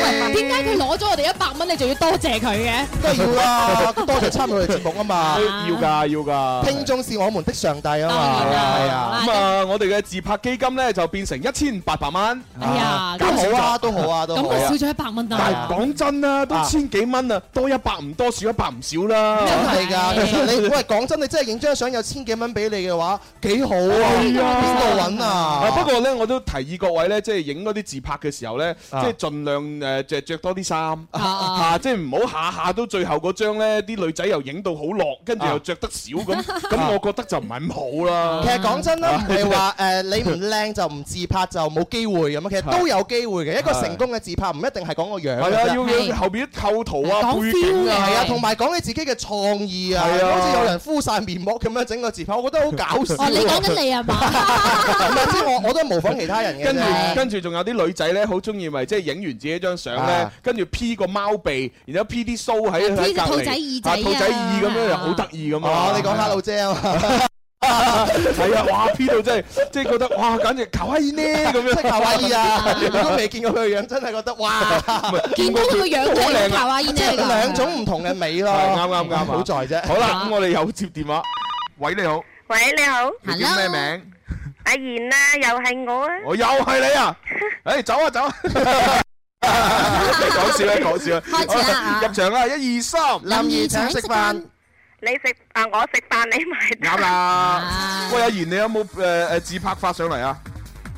Speaker 4: 喂點解佢攞咗我哋一百蚊，你仲要多謝佢嘅？
Speaker 3: 梗係要啦，多謝參與我哋節目啊嘛，
Speaker 2: 要㗎要㗎
Speaker 3: 聽眾是我們的上帝啊嘛，
Speaker 4: 當然啦
Speaker 3: 係啊。
Speaker 2: 咁啊，我哋嘅自拍基金咧就變成一千八百蚊。
Speaker 3: 啊
Speaker 4: 哎呀，
Speaker 3: 都好啊，都好啊，都
Speaker 4: 咁
Speaker 3: 好
Speaker 4: 我少
Speaker 3: 啊。
Speaker 4: 咗一百蚊
Speaker 2: 但
Speaker 4: 啊
Speaker 2: 係！講真啦，都
Speaker 3: 啊
Speaker 2: 千幾蚊啊，多一百唔多，少一百唔少啦。
Speaker 3: 真係㗎，
Speaker 4: 係
Speaker 3: 其實你喂講真，你真係影張相有千幾蚊俾你嘅話，幾好啊！邊度揾
Speaker 2: 啊！不
Speaker 3: 啊？
Speaker 2: 過咧，我都提議各位咧，即係影嗰啲自拍嘅時候咧，即係盡量誒著著多啲衫
Speaker 4: 啊
Speaker 2: 嚇，即係唔好下下都最後嗰張咧，啲女仔又影到好落，跟住又着得少咁，咁我覺得就唔係咁好
Speaker 3: 其
Speaker 2: 啦。
Speaker 3: 實講真啦，唔係話誒你唔靚就唔自拍就冇機會咁啊，其實都有機會嘅。一個成功嘅自拍唔一定係講個樣㗎
Speaker 2: 係啊，要
Speaker 3: 啫。
Speaker 2: 要後邊啲構圖啊、
Speaker 4: 講
Speaker 2: 背景
Speaker 4: feel 嘅
Speaker 2: 啊，
Speaker 3: 係啊，同埋講你自己嘅創意啊，
Speaker 2: 係啊
Speaker 3: 好似有人敷晒面膜咁樣整個自拍，我覺得好搞笑啊。
Speaker 4: 哦，你講緊你係嘛？
Speaker 3: 唔係即係我我都係啊模仿其他人嘅啫。
Speaker 2: 跟住跟住仲有啲女仔咧，好中意咪即係影完自己張相咧
Speaker 3: 啊，
Speaker 2: 跟住 P 個貓鼻，然後 P 啲鬚喺喺
Speaker 4: 啊 P
Speaker 2: 隔離，
Speaker 4: 個兔仔耳仔
Speaker 2: 啊兔仔
Speaker 4: 啊
Speaker 2: 耳咁樣又好得意咁啊！
Speaker 3: 哦，你講 Hello 姐啊 [LAUGHS] 嘛。
Speaker 2: [LAUGHS] 係啊，哇 P 到真係，即係覺得哇，簡直求下
Speaker 3: [LAUGHS]
Speaker 2: 意呢咁
Speaker 3: 即
Speaker 2: 樣。
Speaker 3: 係卡哇伊 [LAUGHS] 啊！如果未見過佢嘅樣，真係覺得哇，
Speaker 2: 啊
Speaker 4: 見到佢個樣
Speaker 2: 好
Speaker 4: 真係
Speaker 2: 靚啊
Speaker 4: 卡哇伊
Speaker 3: 即係
Speaker 4: 嚟㗎，
Speaker 3: 兩種唔同嘅美咯。
Speaker 2: 係啱啱啱啊
Speaker 3: 好在啫。
Speaker 2: 好啦，咁我哋有接電話。喂，你好，
Speaker 6: 喂，你好，
Speaker 2: 你叫咩名？
Speaker 6: 阿賢啊，又係我啊。
Speaker 2: 我又係你
Speaker 3: [LAUGHS]
Speaker 2: 啊！誒，走啊走啊！講笑啦，啊講笑啦。
Speaker 8: 開始
Speaker 3: 啊
Speaker 8: 啦
Speaker 2: 入場啦，一二三，
Speaker 3: 林怡請食飯，
Speaker 6: 你食啊，我食飯你埋
Speaker 2: 啱
Speaker 6: 單。
Speaker 3: 啊
Speaker 2: 啦。喂，阿賢，你有冇誒誒自拍發上嚟啊？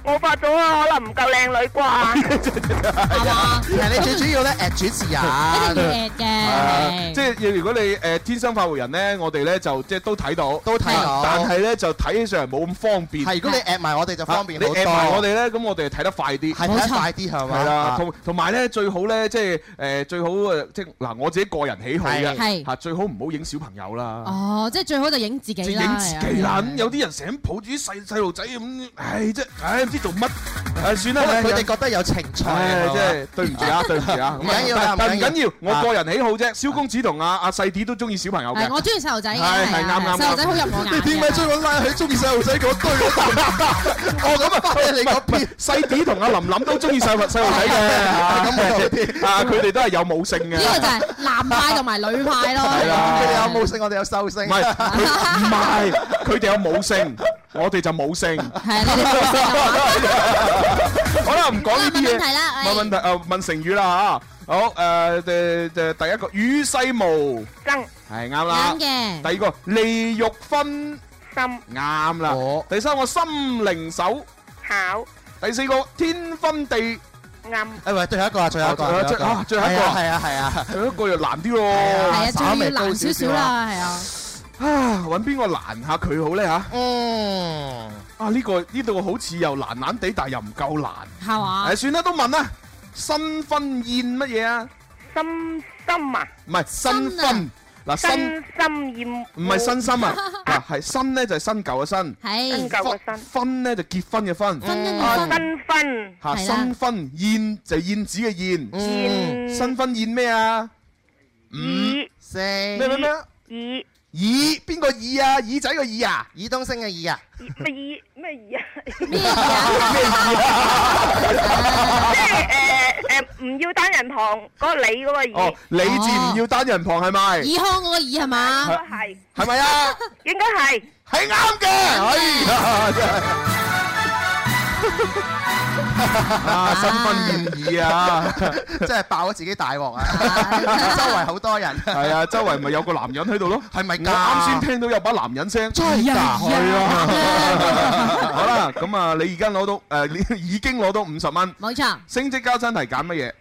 Speaker 6: 我發咗啊，可能唔夠靚女啩。
Speaker 8: 係嘛？
Speaker 3: 啊其實你最主要咧誒主持人。
Speaker 8: 一
Speaker 4: [LAUGHS]
Speaker 8: 定要 at
Speaker 2: [LAUGHS] 啊
Speaker 8: 嘅，
Speaker 2: 即係如果你誒天生快活人咧，我哋咧就即係都睇到，
Speaker 3: 都睇到
Speaker 2: 但係咧就睇起上嚟冇咁方便。
Speaker 3: 係，如果你 at 埋我哋就
Speaker 2: 啊
Speaker 3: 方便好
Speaker 2: 你 at 埋我哋
Speaker 3: 多。
Speaker 2: 咧，咁我哋睇得快啲。
Speaker 3: 係睇得快啲係嘛？啊
Speaker 2: 係啦，同同埋咧最好咧，即係誒最好誒，即係嗱我自己個人喜好
Speaker 3: 係
Speaker 2: 嘅
Speaker 8: 係
Speaker 2: 嚇，最好唔好影小朋友啦，
Speaker 8: 哦，即係最好就影自己
Speaker 2: 即係
Speaker 8: 啦，
Speaker 2: 影自己
Speaker 8: 係
Speaker 2: 啦。
Speaker 8: 啊
Speaker 2: 咁有啲人成日抱住啲細細路仔咁，唉即係唉唔知做乜，唉算啦
Speaker 3: 因為，
Speaker 2: 唉
Speaker 3: 佢哋覺得有情趣啊
Speaker 2: 唉
Speaker 3: 嘛
Speaker 2: 即係對唔住
Speaker 3: [LAUGHS]
Speaker 2: 啊，對唔住啊，咁啊
Speaker 3: 唔緊要啦
Speaker 2: 但但
Speaker 3: 唔
Speaker 2: 唔
Speaker 3: 緊
Speaker 2: 緊
Speaker 3: 要
Speaker 2: 要，我個人喜好啫。蕭公子同阿阿細啲都中意小朋友嘅
Speaker 8: 係，。我中意細路仔嘅，
Speaker 2: 係係
Speaker 8: 啊
Speaker 2: 啱啱
Speaker 8: 細路仔好入我眼嘅。
Speaker 3: 點解追我拉喺中意細路仔嗰堆我咁啊，翻 [LAUGHS] 去你嗰邊。
Speaker 2: 細啲同阿琳琳都中意細路細路仔 [LAUGHS] 嘅，嚇啊佢哋都係有母性嘅。
Speaker 8: 呢個就係男派同埋女派
Speaker 3: [LAUGHS]
Speaker 8: 咯。
Speaker 2: 係啊
Speaker 3: 佢哋有冇性，我哋有獸性。
Speaker 2: 唔係佢唔
Speaker 8: [LAUGHS]
Speaker 2: 係，佢哋有母性，我哋就冇性。
Speaker 8: 係你
Speaker 2: [LAUGHS]
Speaker 8: 哋冇性嘅話
Speaker 2: 好啦，唔講呢啲嘢。
Speaker 8: 問問題啦
Speaker 2: 問問題啊，問成語啦嚇。好誒誒誒，第一個與世無
Speaker 6: 爭
Speaker 2: 係啱啦
Speaker 8: 啱。嘅，
Speaker 2: 第二個利欲分
Speaker 6: 心
Speaker 2: 啱啦
Speaker 3: 我。
Speaker 2: 第三個心靈手。
Speaker 6: 考
Speaker 2: 第四個天昏地，
Speaker 6: 暗
Speaker 3: 誒喂，最後一個啊，最後一個，
Speaker 2: 哦最後一最後一個啊
Speaker 3: 係啊係啊係啊。
Speaker 2: 有一個又難啲
Speaker 8: 係
Speaker 2: 喎。
Speaker 8: 啊，
Speaker 3: 稍
Speaker 8: 仲
Speaker 3: 微
Speaker 8: 要
Speaker 3: 高
Speaker 8: 難
Speaker 3: 少
Speaker 8: 少
Speaker 3: 少
Speaker 8: 少
Speaker 3: 啦
Speaker 8: 啦，係啊。
Speaker 2: 啊，揾邊個難下佢好咧嚇？
Speaker 3: 嗯，
Speaker 2: 啊，呢個呢度好似又難難地，但係又唔夠難。
Speaker 8: 係嘛
Speaker 2: 誒，？算啦，都問啦。新婚宴乜嘢啊？
Speaker 6: 心心啊，
Speaker 2: 唔係新
Speaker 8: 新啊
Speaker 2: 婚嗱
Speaker 6: 真
Speaker 2: 新。
Speaker 6: 心厭惡
Speaker 2: 唔係新心
Speaker 8: [LAUGHS]
Speaker 2: 啊，嗱係新咧就係新舊嘅新，
Speaker 6: 新
Speaker 2: Ừ.
Speaker 8: 係
Speaker 6: 舊嘅
Speaker 2: 婚
Speaker 6: 新
Speaker 2: 婚咧就結婚嘅婚，
Speaker 8: 婚姻
Speaker 6: 哦
Speaker 8: 嘅婚，
Speaker 6: 新婚
Speaker 2: 嚇
Speaker 8: 嗯係啦
Speaker 2: 新婚燕就係燕子嘅燕，
Speaker 3: 嗯，
Speaker 6: 燕
Speaker 2: 新婚燕咩啊？
Speaker 6: 耳
Speaker 3: 四
Speaker 2: 咩咩咩？
Speaker 6: 耳
Speaker 2: 耳邊個耳啊？耳仔個耳
Speaker 8: [LAUGHS]
Speaker 2: 啊？
Speaker 3: 耳東升嘅耳 [LAUGHS] 啊，
Speaker 6: 乜耳咩耳啊？
Speaker 8: 咩
Speaker 4: Dạ,
Speaker 8: 嘢？
Speaker 6: 即係誒誒，唔要單人旁嗰個你嗰個耳
Speaker 2: 哦，，李字唔要單人旁係咪？
Speaker 8: 耳康嗰個耳
Speaker 4: Dạ,
Speaker 8: 係
Speaker 6: 應
Speaker 8: 嘛
Speaker 6: 該？係
Speaker 2: 係咪啊？
Speaker 6: 應該係
Speaker 8: [LAUGHS]
Speaker 2: 係啱嘅，哎呀真係啊，新
Speaker 4: Dạ.
Speaker 2: 婚燕爾啊，
Speaker 3: 真係爆咗自己大鑊 [LAUGHS] 啊！周圍好多人，
Speaker 2: 係啊，周圍咪有個男人喺度咯，
Speaker 3: 係咪
Speaker 2: 我
Speaker 3: 㗎？
Speaker 2: 啱先聽到有把男人聲，
Speaker 3: 真係㗎，
Speaker 2: 係啊，好啦，咁啊，你而家攞到诶，你 [LAUGHS] 已經攞到五十蚊，
Speaker 4: 冇錯，
Speaker 2: 升職加薪題揀乜嘢？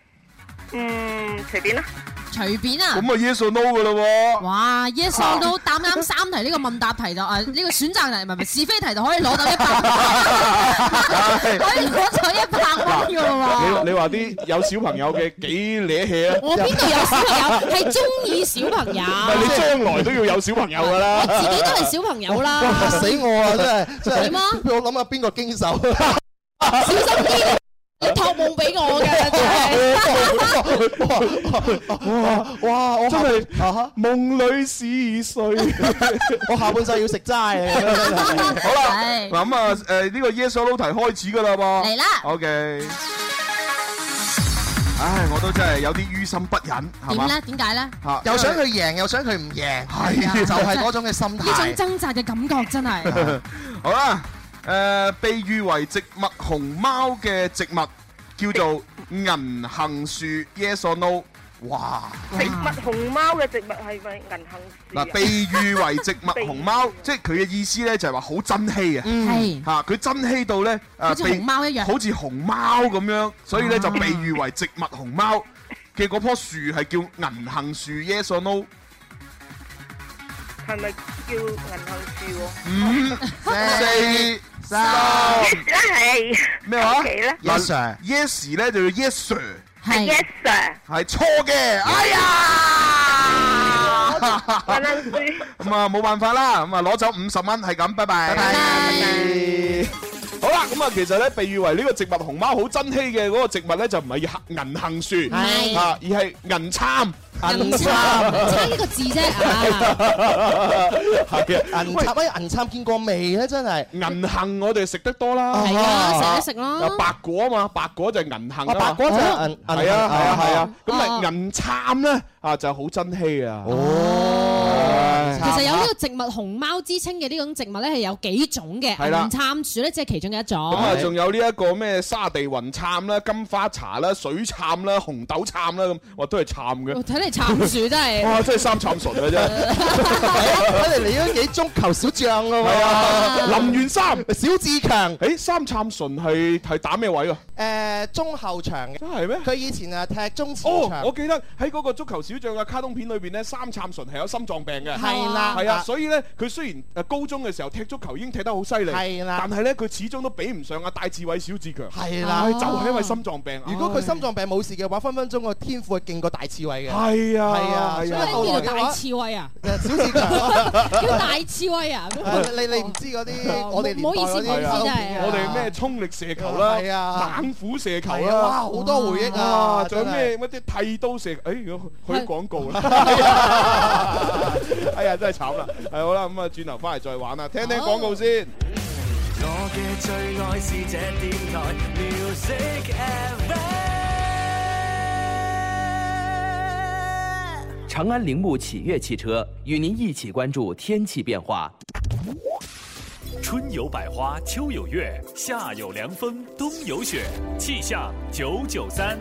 Speaker 6: 嗯，隨便啦。
Speaker 4: 隨便啊。
Speaker 2: 咁啊，yes or no 噶咯喎。
Speaker 4: 哇！yes or no，答啱三題呢個問答題就誒呢個選擇題，唔係唔係是非題就可以攞到一百，可以攞到一百
Speaker 3: Dạ.
Speaker 4: 蚊嘅喎。
Speaker 2: 你你話啲有小朋友嘅幾嗲氣啊？
Speaker 4: 我邊度有小朋友係中意小朋友？
Speaker 2: 但係你將來都要有小朋友㗎啦。
Speaker 4: 我自己都係小朋友啦，
Speaker 3: 嚇死我啊！真係真
Speaker 4: 點啊
Speaker 3: 係，我諗下邊個經手？
Speaker 4: 小心啲，你託夢俾我嘅真係。
Speaker 3: 哇哇！我
Speaker 2: 真
Speaker 3: 下
Speaker 2: 係
Speaker 3: 啊哈
Speaker 2: 夢裏是誰？
Speaker 3: [LAUGHS] 我下半世要食啊齋。
Speaker 2: 好啦，
Speaker 8: 係
Speaker 2: 嗱咁啊，誒呢個 yes or no 題開始㗎啦噃。
Speaker 8: 嚟啦
Speaker 2: OK。唉，我都真係有啲於心不忍，係
Speaker 8: 點
Speaker 2: 嘛？
Speaker 8: 咧？點解咧？
Speaker 2: 嚇
Speaker 3: 又想佢贏，又想佢唔贏，
Speaker 2: 係啊
Speaker 3: 就係嗰種嘅心
Speaker 8: 呢
Speaker 3: 態。
Speaker 8: 種掙扎嘅感覺真係
Speaker 2: [LAUGHS] 好啦，誒被譽為植物熊貓嘅植物叫做銀杏樹，yes or no？
Speaker 8: [LAUGHS]
Speaker 3: 哇！
Speaker 6: 植物熊貓嘅植物係咪銀杏樹
Speaker 2: 嗱，
Speaker 6: 啊？
Speaker 2: 被譽為植物熊貓，即係佢嘅意思咧，就係話好珍稀啊！
Speaker 3: 嗯
Speaker 8: 係
Speaker 2: 嚇，佢珍稀到咧，
Speaker 8: 嗯好
Speaker 2: 誒
Speaker 8: 似
Speaker 2: 被
Speaker 8: 熊貓一樣。啊
Speaker 2: 好似熊貓咁樣，所以咧就被譽為植物熊貓嘅嗰棵樹係叫銀杏樹，yes or no？
Speaker 6: 係咪叫銀杏樹喎？
Speaker 8: [LAUGHS]
Speaker 2: 五、四、三，
Speaker 6: [LAUGHS] 真係
Speaker 2: 咩話
Speaker 6: 奇咧
Speaker 2: 嗱
Speaker 3: Yes, sir
Speaker 2: yes 咧就叫 yes sir，
Speaker 8: 係
Speaker 6: ，yes sir，
Speaker 2: 係錯嘅。哎呀，
Speaker 6: 銀杏樹。
Speaker 2: 咁啊冇辦法啦，咁啊攞走五十蚊係咁，拜拜。好啦，咁啊，其實咧，被譽為呢個植物熊貓好珍稀嘅嗰個植物咧，就唔係銀杏樹
Speaker 4: 係
Speaker 2: 啊，而係銀杉。
Speaker 4: 銀參，差一個字啫
Speaker 2: [LAUGHS]
Speaker 4: 啊！
Speaker 2: 係啊，
Speaker 3: 銀插喂，銀插見過未咧？真係。
Speaker 2: 銀杏我哋食得多啦，
Speaker 4: 係啊，食一食
Speaker 2: 啊
Speaker 4: 咯。
Speaker 2: 白果啊嘛，白果就係銀杏啊
Speaker 3: 啊，白
Speaker 2: 嘛。
Speaker 3: 果就係銀銀
Speaker 2: 係啊係啊係啊，咁
Speaker 4: 哦
Speaker 2: 咪銀杉咧啊就好珍稀啊。
Speaker 3: 哦，
Speaker 2: Ờ.
Speaker 4: 其實有呢個植物熊貓之稱嘅呢種植物咧，係有幾種嘅。
Speaker 2: 係啦
Speaker 4: 銀杉樹咧，即係其中嘅一
Speaker 2: 咁啊，
Speaker 4: 種。
Speaker 2: 仲有呢一個咩沙地雲杉啦、金花茶啦、水杉啦、紅豆杉啦咁，哇都係杉嘅，
Speaker 4: 我睇嚟杉樹真係。
Speaker 2: 哇真係三杉純嘅
Speaker 3: [LAUGHS]
Speaker 2: 啫。
Speaker 3: 睇嚟你都幾足球小將㗎
Speaker 2: 係
Speaker 3: 喎。
Speaker 2: 啊，林元三，
Speaker 3: 小志強，
Speaker 2: 誒三杉純係係打咩位啊？
Speaker 3: 誒中後場嘅，
Speaker 2: 真係咩？
Speaker 3: 佢以前啊踢中前
Speaker 2: 哦，我
Speaker 3: 場，
Speaker 2: 記得喺嗰個足球小將嘅卡通片裏邊咧，三杉純係有心臟病嘅。
Speaker 3: 係啦，
Speaker 2: 係啊，所以咧，佢雖然誒高中嘅時候踢足球已經踢得好犀利，
Speaker 3: 係啦
Speaker 2: 但係咧佢始終都比唔上阿戴志偉、小志強，
Speaker 3: 係
Speaker 2: 唉
Speaker 3: 啦。
Speaker 2: 就係因為心臟病。
Speaker 3: 如果佢心臟病冇事嘅話，分分鐘個天賦係勁過大刺猬嘅。
Speaker 2: [LAUGHS] 係啊，
Speaker 3: 係啊
Speaker 2: 係
Speaker 3: 所
Speaker 4: 咩
Speaker 3: 以
Speaker 4: 叫做
Speaker 3: 後來嘅
Speaker 4: 大
Speaker 3: 話
Speaker 4: 刺
Speaker 2: [LAUGHS]
Speaker 4: 猬啊？
Speaker 3: 誒小志強，
Speaker 4: 叫大刺猬啊？
Speaker 3: 你你唔知嗰啲
Speaker 4: [LAUGHS] 哦
Speaker 3: 我哋年代嗰
Speaker 4: 唔好意思
Speaker 3: 啲
Speaker 4: 唔好意思
Speaker 3: 卡通
Speaker 4: 真
Speaker 3: 片
Speaker 4: 係
Speaker 3: 啊
Speaker 2: 我哋咩衝力射球啦，
Speaker 3: 係啊
Speaker 2: 猛虎射球
Speaker 3: 係啊，哇，
Speaker 2: 啦。
Speaker 3: 好多回憶
Speaker 2: 啊！
Speaker 3: 啊！
Speaker 2: 仲有
Speaker 3: 真係
Speaker 2: 咩乜啲剃刀射？誒，如果去
Speaker 4: 係
Speaker 2: 廣告
Speaker 3: [LAUGHS]
Speaker 2: 啦，哎呀，真係慘啦！係好啦，咁啊，轉頭翻嚟再玩啦，聽聽廣告先。
Speaker 9: 我嘅最愛是這電台 Music FM。
Speaker 10: 长安铃木启悦汽车与您一起关注天气变化。
Speaker 9: 春有百花，秋有月，夏有凉风，冬有雪。气象九九三。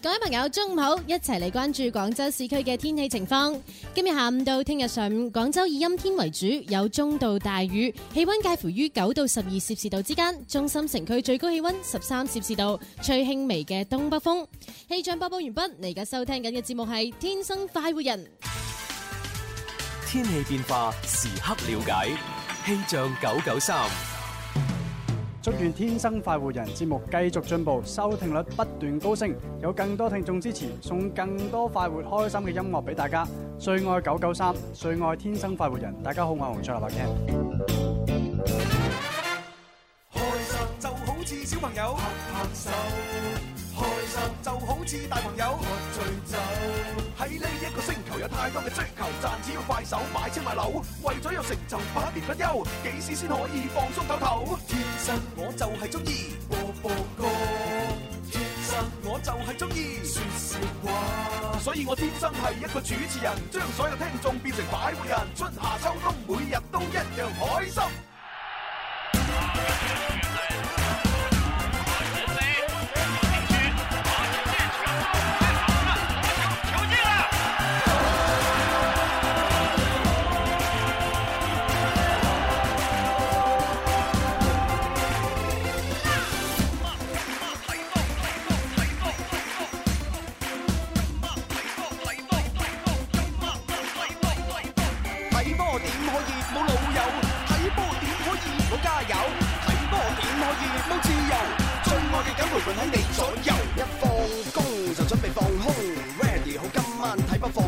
Speaker 4: 各位朋友，中午好，一齊嚟關注廣州市區嘅天氣情況。今日下午到聽日上午，廣州以陰天為主，有中到大雨，氣温介乎於九到十二攝氏度之間。中心城區最高氣温十三攝氏度，吹輕微嘅東北風。氣象播報完畢，你而家收聽緊嘅節目係《天生快活人》。
Speaker 10: 天气变化时刻了解，气象九九三。
Speaker 11: 祝願天生快活人節目繼續進步，收聽率不斷高升，有更多聽眾支持，送更多快活開心嘅音樂俾大家。最愛九九三，最愛天生快活人。大家好，我係洪卓立阿 Ken。
Speaker 9: 開心就好似小朋友拍拍手，開心就好似大朋友喝醉酒。喺呢一個星球有太多嘅追求，賺錢要快手，買車買樓，為咗有成就百年不休，幾時先可以放鬆唞唞？天生我就係中意播播歌，天生我就係中意説笑話，所以我天生係一個主持人，將所有聽眾變成快活人，春夏秋冬每日都一樣開心。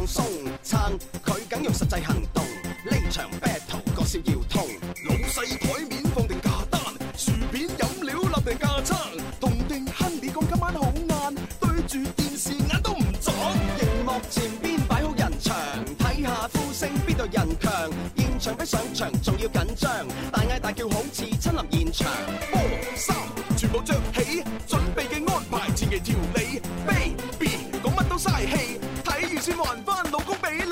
Speaker 12: 鬆，撐佢梗用實際行動。呢場 battle 個笑要痛，老細台面放定價單，薯片飲料立定價餐，同定亨利講今晚好晏，對住電視眼都唔眨。熒幕前邊擺好人牆，睇下呼聲邊度人強，現場比上場仲要緊張，大嗌大叫好似親臨現場。波衫全部着起，準備嘅安排前期調理，baby 講乜都嘥氣，睇完先還翻老公俾你。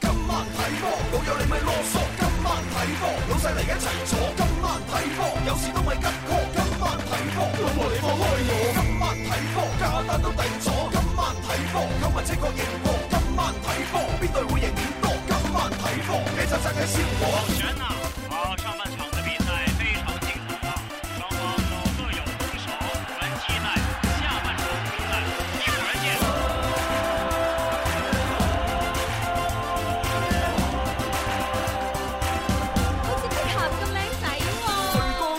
Speaker 12: 今晚睇波，老友你咪囉嗦。今晚睇波，老細嚟一齊坐。今晚睇波，有事都咪急 call。今晚睇波，老婆你放開我。今晚睇波，加單都定咗。今晚睇波，購物車確認過。今晚睇波，邊隊會贏點多？今晚睇波，你就真係笑我。人啊，我上半場嘅比賽非常精彩啊，雙方都各有攻守，我們期待下半場比賽一會兒見。
Speaker 13: 醉歌國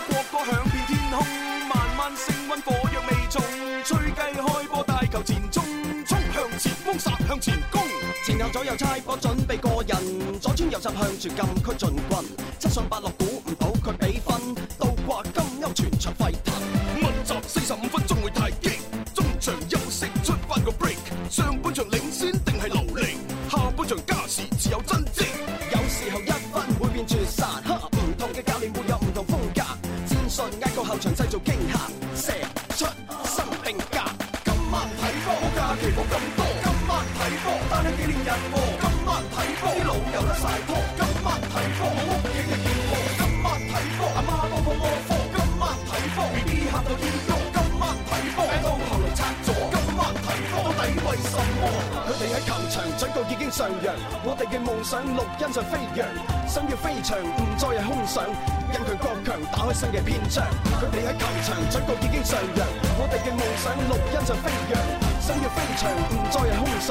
Speaker 13: 歌響遍天空，慢慢升溫火藥味重。吹雞開波大球前衝，衝向前鋒殺向前攻。
Speaker 12: 前後左右猜波準備過人，左穿右插向住禁區進軍，七上八落估唔到佢比分，倒掛金鈎全場沸騰。
Speaker 13: 密集四十五分鐘會太激，中場休息出翻個 break。上半場領先定係流力，下半場加時自有真跡。
Speaker 12: 有時候一分會變絕殺，哈唔同嘅教練會有唔同風格，戰術嗌到後場製造驚嚇，射出生命格。今晚睇波好假期冇咁多，今晚睇波單係紀念日喎，今晚睇波啲老友甩晒拖，今晚睇波冇屋企人見過，今晚睇波阿媽幫幫我科，今晚睇波 B B 喊到 E 喐，今晚睇波到後來拆咗，今晚睇波到底為什麼？佢哋喺球場嘴角已經上揚，我哋嘅夢想錄音上飛揚，想要飛翔唔再係空想，因佢國強打開新嘅篇章。佢哋喺球場嘴角已經上揚，我哋嘅夢想錄音上飛揚，想要飛翔唔再係空想，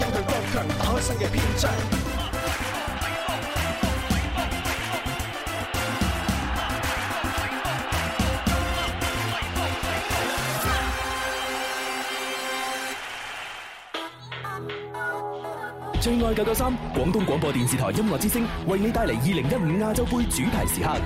Speaker 12: 因佢國強打開新嘅篇章。
Speaker 11: 最愛九九三廣東廣播電視台音樂之聲為你帶嚟二零一五亞洲杯主題時刻。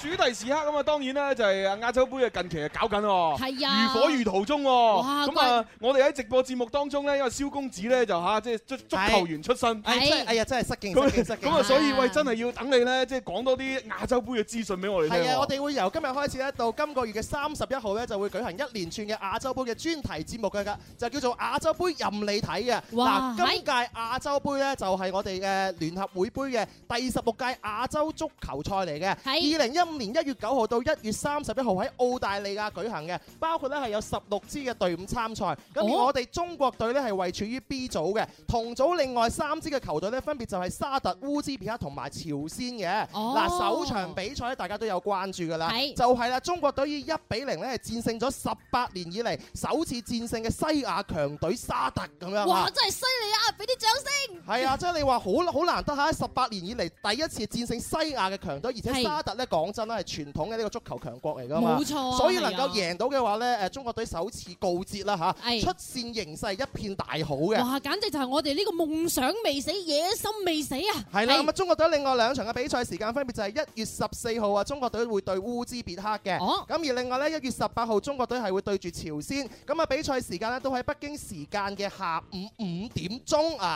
Speaker 2: 主題時刻咁啊，當然啦，就係亞洲杯嘅近期啊搞緊喎，
Speaker 4: 係啊
Speaker 2: 如火如荼中喎。
Speaker 4: 哇
Speaker 2: 咁啊，我哋喺直播節目當中咧，因為蕭公子咧就嚇即係足足球員出身，
Speaker 3: 哎真係哎呀真係失敬失敬
Speaker 2: 咁
Speaker 3: 失
Speaker 2: 咁
Speaker 3: 敬
Speaker 2: 啊，所以
Speaker 3: 啊
Speaker 2: 喂，真係要等你咧，即係講多啲亞洲杯嘅資訊俾我哋聽喎。
Speaker 3: 係啊，我哋會由今日開始咧，到今個月嘅三十一號咧，就會舉行一連串嘅亞洲杯嘅專題節目嘅㗎，就叫做亞洲杯任你睇嘅。
Speaker 4: 哇
Speaker 3: 嗱，今屆亞洲杯咧就係我哋嘅聯合會杯嘅第十六屆亞洲足球賽嚟嘅。二零一五年一月九號到一月三十一號喺澳大利亞舉行嘅，包括咧係有十六支嘅隊伍參賽。咁而
Speaker 14: 哦
Speaker 3: 我哋中國隊咧係位處於 B 組嘅，同組另外三支嘅球隊咧分別就係沙特、烏茲別克同埋朝鮮嘅。
Speaker 14: 哦
Speaker 3: 嗱，首場比賽咧，大家都有關注㗎啦，
Speaker 14: 係
Speaker 3: 就係啦，中國隊以一比零咧戰勝咗十八年以嚟首次戰勝嘅西亞強隊沙特咁樣啊。係啊，即係你話好好難得嚇，十八年以嚟第一次戰勝西亞嘅強隊，而且
Speaker 14: 係
Speaker 3: 沙特咧講真咧係傳統嘅呢個足球強國嚟㗎嘛，
Speaker 14: 冇錯啊
Speaker 3: 所以能
Speaker 14: 係啊
Speaker 3: 夠贏到嘅話咧，誒中國隊首次告捷啦嚇，
Speaker 4: 係
Speaker 3: 出線形勢一片大好嘅。
Speaker 4: 哇，簡直就係我哋呢個夢想未死，野心未死啊！
Speaker 3: 係啦，咁啊，中國隊另外兩場嘅比賽時間分別就係一月十四號啊，中國隊會對烏茲別克嘅。
Speaker 4: 哦
Speaker 3: 咁而另外呢，一月十八號中國隊係會對住朝鮮。咁啊，比賽時間呢都喺北京時間嘅下午五點鐘啊。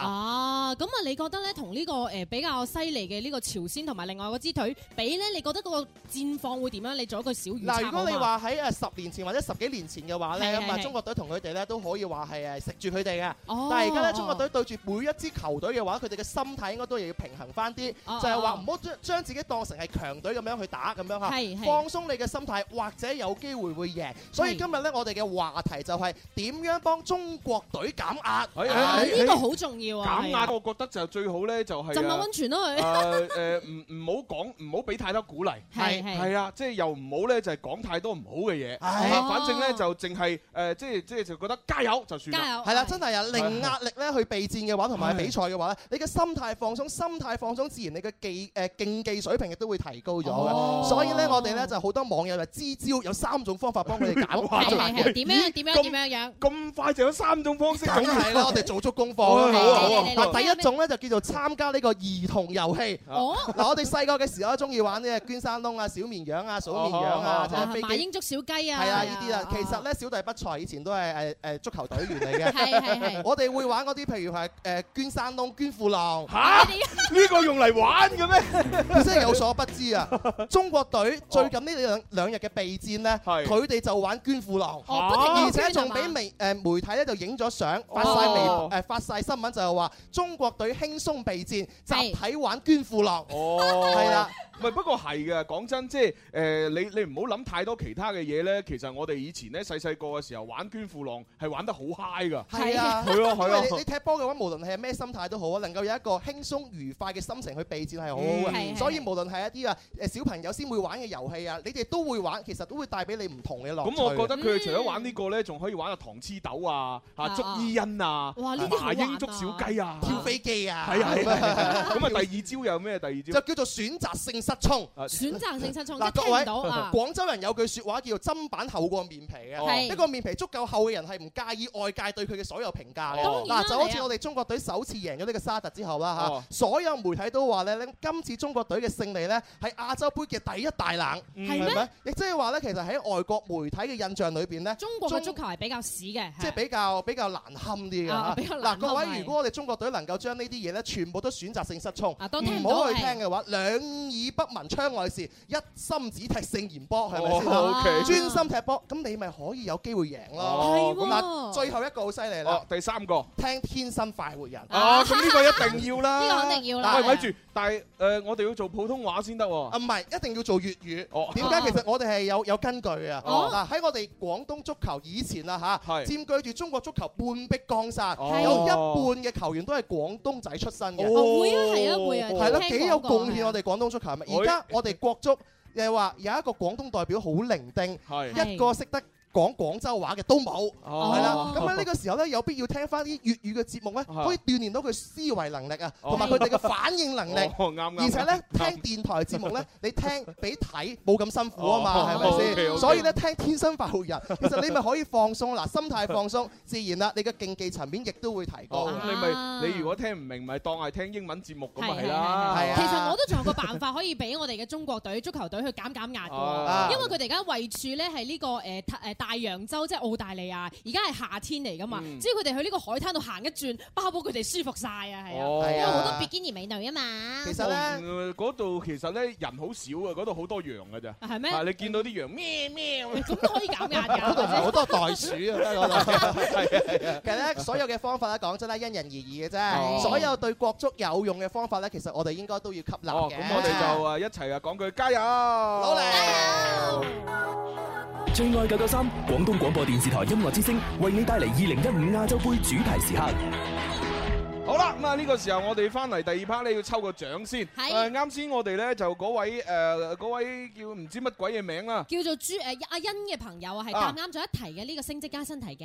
Speaker 4: 啊，咁啊，你覺得咧同呢個誒比較犀利嘅呢個朝鮮同埋另外嗰支隊比咧，你覺得嗰個戰況會點樣？你做一個小預測
Speaker 3: 嗱，如果你
Speaker 4: 好嘛
Speaker 3: 話喺誒十年前或者十幾年前嘅話呢，
Speaker 4: 係
Speaker 3: 咁啊
Speaker 4: 係係
Speaker 3: 中國隊同佢哋呢都可以話係誒食住佢哋嘅。
Speaker 4: 哦
Speaker 3: 但係而家呢，中國隊對住每一支球隊嘅話，佢哋嘅心態應該都要平衡翻啲，
Speaker 14: 哦
Speaker 3: 就係話
Speaker 14: 哦
Speaker 3: 唔好將將自己當成係強隊咁樣去打咁樣
Speaker 14: 係
Speaker 3: 嚇
Speaker 14: 係，
Speaker 3: 放鬆你嘅心態，或者有機會會贏。所以
Speaker 14: 係
Speaker 3: 今日呢，我哋嘅話題就係點樣幫中國隊減壓。
Speaker 2: 哎哎啊哎呢個哎好
Speaker 4: 重要
Speaker 2: 減壓，我覺得就最好咧，就係啊
Speaker 4: 啊
Speaker 3: 浸下溫泉咯佢
Speaker 2: 誒誒，唔唔好講，唔好俾太多鼓勵。係
Speaker 4: 係係
Speaker 2: 係啊，即係又唔好咧，就係講太多唔好嘅嘢。
Speaker 3: 哦
Speaker 2: 啊反正咧就淨係誒，即係即係就覺得加油就算啦。
Speaker 3: 係啦，真係啊！零壓力咧去備戰嘅話，同埋比賽嘅話咧，你嘅心態放鬆，心態放鬆，自然你嘅技誒競技水平亦都會提高咗
Speaker 2: 哦
Speaker 3: 嘅。所以咧，我哋咧就好多網友就支招，有三種方法幫佢
Speaker 2: [LAUGHS]
Speaker 3: 哋搞
Speaker 2: 哇
Speaker 3: 搞
Speaker 2: 係係係點樣點樣點
Speaker 4: 樣樣？
Speaker 2: 咁快就有三種方式，
Speaker 3: [LAUGHS] 梗
Speaker 2: [LAUGHS]
Speaker 3: 係啦，我哋做足功課
Speaker 2: 好啊
Speaker 3: 啊
Speaker 2: 好啊好啊
Speaker 3: 嘛。嗱，第一種咧就叫做參加呢個兒童遊戲。
Speaker 4: 哦
Speaker 3: 嗱，我哋細個嘅時候都中意玩呢捐山窿啊、小綿羊啊、數綿羊啊，就係飛
Speaker 4: 哦馬
Speaker 3: 機
Speaker 4: 英捉小雞啊，
Speaker 3: 係啊，呢啲啊，其實咧小弟不才，以前都係誒誒足球隊員嚟嘅。
Speaker 4: 係係 [LAUGHS] 係
Speaker 3: 我哋會玩嗰啲，譬如係誒捐山窿、捐褲浪。
Speaker 2: 嚇！呢個用嚟玩嘅咩？
Speaker 3: 你真係有所不
Speaker 2: [LAUGHS]
Speaker 3: 知啊！中國隊最近呢兩兩日嘅備戰咧，佢哋就玩捐褲浪，
Speaker 2: 哦不停有
Speaker 3: 而且
Speaker 2: 捐係
Speaker 3: 仲
Speaker 2: 嘛
Speaker 3: 俾媒誒媒體咧就影咗相，發晒微
Speaker 2: 哦
Speaker 3: 博誒發晒新聞就係話中國隊輕鬆備戰，集體玩捐褲浪。
Speaker 2: 哦，
Speaker 3: 係啦。
Speaker 2: 唔係，不過係嘅，講真，即係誒，你你唔好諗太多其他嘅嘢咧。其實我哋以前咧細細個嘅時候玩捐褲浪係玩得好 high 㗎。係
Speaker 3: 係啊，
Speaker 2: 啊，係
Speaker 3: 因為你
Speaker 2: 啊
Speaker 3: 你。踢波嘅話，無論係咩心態都好啊，能夠有一個輕鬆愉快嘅心情去備戰係好好
Speaker 2: 嗯係
Speaker 3: 嘅。
Speaker 2: 係
Speaker 3: 所以無論係一啲啊誒小朋友先會玩嘅遊戲啊，你哋都會玩，其實都會帶俾你唔同嘅樂趣嘅。
Speaker 2: 咁我覺得佢除咗玩呢個咧，仲可以玩下糖黐豆啊、嚇
Speaker 3: 啊
Speaker 2: 捉伊因啊、
Speaker 3: 哇呢啲好
Speaker 2: 麻
Speaker 3: 玩
Speaker 2: 英捉小雞啊、
Speaker 3: 跳飛機啊，
Speaker 2: 係啊係啊。係啊咁啊，第二招有咩？第二招
Speaker 3: 就叫做選擇性失聰。
Speaker 4: 選擇性失聰
Speaker 3: 嗱，
Speaker 4: 即
Speaker 3: 各
Speaker 4: 係聽唔
Speaker 3: 位
Speaker 4: 到啊，
Speaker 3: [LAUGHS] 廣州人有句説話叫做砧板厚過面皮
Speaker 4: 哦係
Speaker 3: 嘅，一個面皮足夠厚嘅人係唔介意外界對佢嘅所有評價嘅。
Speaker 4: 當然啦
Speaker 3: 嗱，就好
Speaker 4: 你
Speaker 3: 似
Speaker 4: 啊
Speaker 3: 我哋中國隊首次贏咗呢個沙特之後
Speaker 2: 哦
Speaker 3: 啦嚇，所有媒體都話咧，今次中國隊嘅勝利咧係亞洲杯嘅第一大冷，
Speaker 4: 嗯係咩？
Speaker 3: 亦即係話咧，其實喺外國媒體嘅印象裏邊咧，
Speaker 4: 中國嘅足球係比較屎嘅，
Speaker 3: 即係比較比較難堪啲嘅
Speaker 4: 啊
Speaker 3: 嚇
Speaker 4: 比較難
Speaker 3: 嗱，
Speaker 4: 堪
Speaker 3: 各
Speaker 4: 係
Speaker 3: 位，如果我哋中國隊能夠將呢啲嘢咧，全部都選擇性失聰，
Speaker 2: 嗯
Speaker 4: 當聽唔
Speaker 3: 唔
Speaker 4: 啊到
Speaker 3: 好去聽
Speaker 4: 係
Speaker 3: 嘅話，兩耳不聞窗外事，一心只踢聖賢波，係咪先
Speaker 2: 哦
Speaker 3: 啊
Speaker 2: OK？
Speaker 3: 專心踢波，咁你咪可以有機會贏
Speaker 2: 哦
Speaker 3: 咯。
Speaker 2: 係喎
Speaker 3: 嗱，最後一個好犀利啦
Speaker 2: 哦，，第三個。
Speaker 3: 聽天生快活人。
Speaker 4: 啊
Speaker 2: 哦，咁呢個一定要啦，
Speaker 3: 呢個肯定要啦
Speaker 2: 喂，咪住，但係誒，我哋要做普通話先得喎。
Speaker 3: 啊，唔係，一定要做粵語。
Speaker 2: 哦
Speaker 3: 點解？其實我哋係有有根據啊！
Speaker 2: 哦
Speaker 3: 嗱，喺我哋廣東足球以前啊嚇，
Speaker 2: 係
Speaker 3: 佔據住中國足球半壁江山，
Speaker 2: 哦
Speaker 3: 有一半嘅球員都係廣東仔出身嘅。
Speaker 2: 哦會啊係啊會啊
Speaker 3: 係咯，
Speaker 2: 聽
Speaker 3: 幾
Speaker 2: 講
Speaker 3: 有
Speaker 2: 過
Speaker 3: 貢獻我哋廣東足球係
Speaker 2: 哎
Speaker 3: 咪？而家我哋國足又話有一個廣東代表好伶
Speaker 2: 係
Speaker 3: 仃，一個識得。講廣州話嘅都冇，
Speaker 2: 哦
Speaker 3: 係啦。咁啊喺呢個時候咧，有必要聽翻啲粵語嘅節目咧，
Speaker 2: 啊
Speaker 3: 可以鍛鍊到佢思維能力啊，
Speaker 2: 哦
Speaker 3: 同埋佢哋嘅反應能力。
Speaker 2: 哦啱啱
Speaker 3: 而且咧，聽電台節目 [LAUGHS] 咧，你聽比睇冇咁辛苦啊
Speaker 2: 哦
Speaker 3: 嘛，係咪
Speaker 2: OK，OK
Speaker 3: 先？所以咧，聽《天生快活人》，其實你咪可以放鬆嗱，心態放鬆，自然啦，你嘅競技層面亦都會提高
Speaker 2: 哦，。咁
Speaker 4: À.
Speaker 2: 你咪你如果聽唔明，咪當係聽英文節目咁咪係啦。
Speaker 3: 啊
Speaker 4: 係其實我都仲有個辦法可以俾我哋嘅中國隊足球隊去減減壓
Speaker 2: 啊
Speaker 4: 嘅，因為佢哋而家位處咧係呢個誒誒大洋洲，即係澳大利亞，而家係夏天嚟噶嘛，
Speaker 2: 嗯
Speaker 4: 只要佢哋去呢個海灘度行一轉，包保佢哋舒服晒啊，係
Speaker 2: 哦
Speaker 4: 啊，因為好多比堅尼美女啊嘛。
Speaker 3: 其實呢
Speaker 2: 嗯嗰度其實咧人好少啊，嗰度好多羊㗎咋。
Speaker 4: 係咩
Speaker 2: 啊你見到啲羊咩咩咁
Speaker 4: 都可以減
Speaker 3: [LAUGHS]
Speaker 4: 壓㗎。
Speaker 3: 嗰度好多袋鼠啊！嗰度
Speaker 4: Ờ.
Speaker 2: [LAUGHS] 係啊
Speaker 3: [LAUGHS] 其實咧，所有嘅方法咧，講真啦，因人而異嘅
Speaker 2: 哦
Speaker 3: 啫。所有對國足有用嘅方法咧，其實我哋應該都要吸納
Speaker 2: 哦，
Speaker 3: 嘅。
Speaker 2: Ờ, 咁我哋就啊一齊啊講句加油！好
Speaker 3: 嚟！
Speaker 10: 最愛九九三，廣東廣播電視台音樂之聲為你帶嚟二零一五亞洲杯主題時刻。
Speaker 2: 好啦，咁啊呢個時候我哋翻嚟第二 part 咧，要抽個獎先。
Speaker 4: 係
Speaker 2: 誒啱先我哋咧就嗰位誒嗰位叫唔知乜鬼嘢名啦。
Speaker 4: 叫做朱誒阿欣嘅朋友啊，係
Speaker 2: 啊呃
Speaker 4: 答啱咗一題嘅呢個升職加薪題嘅。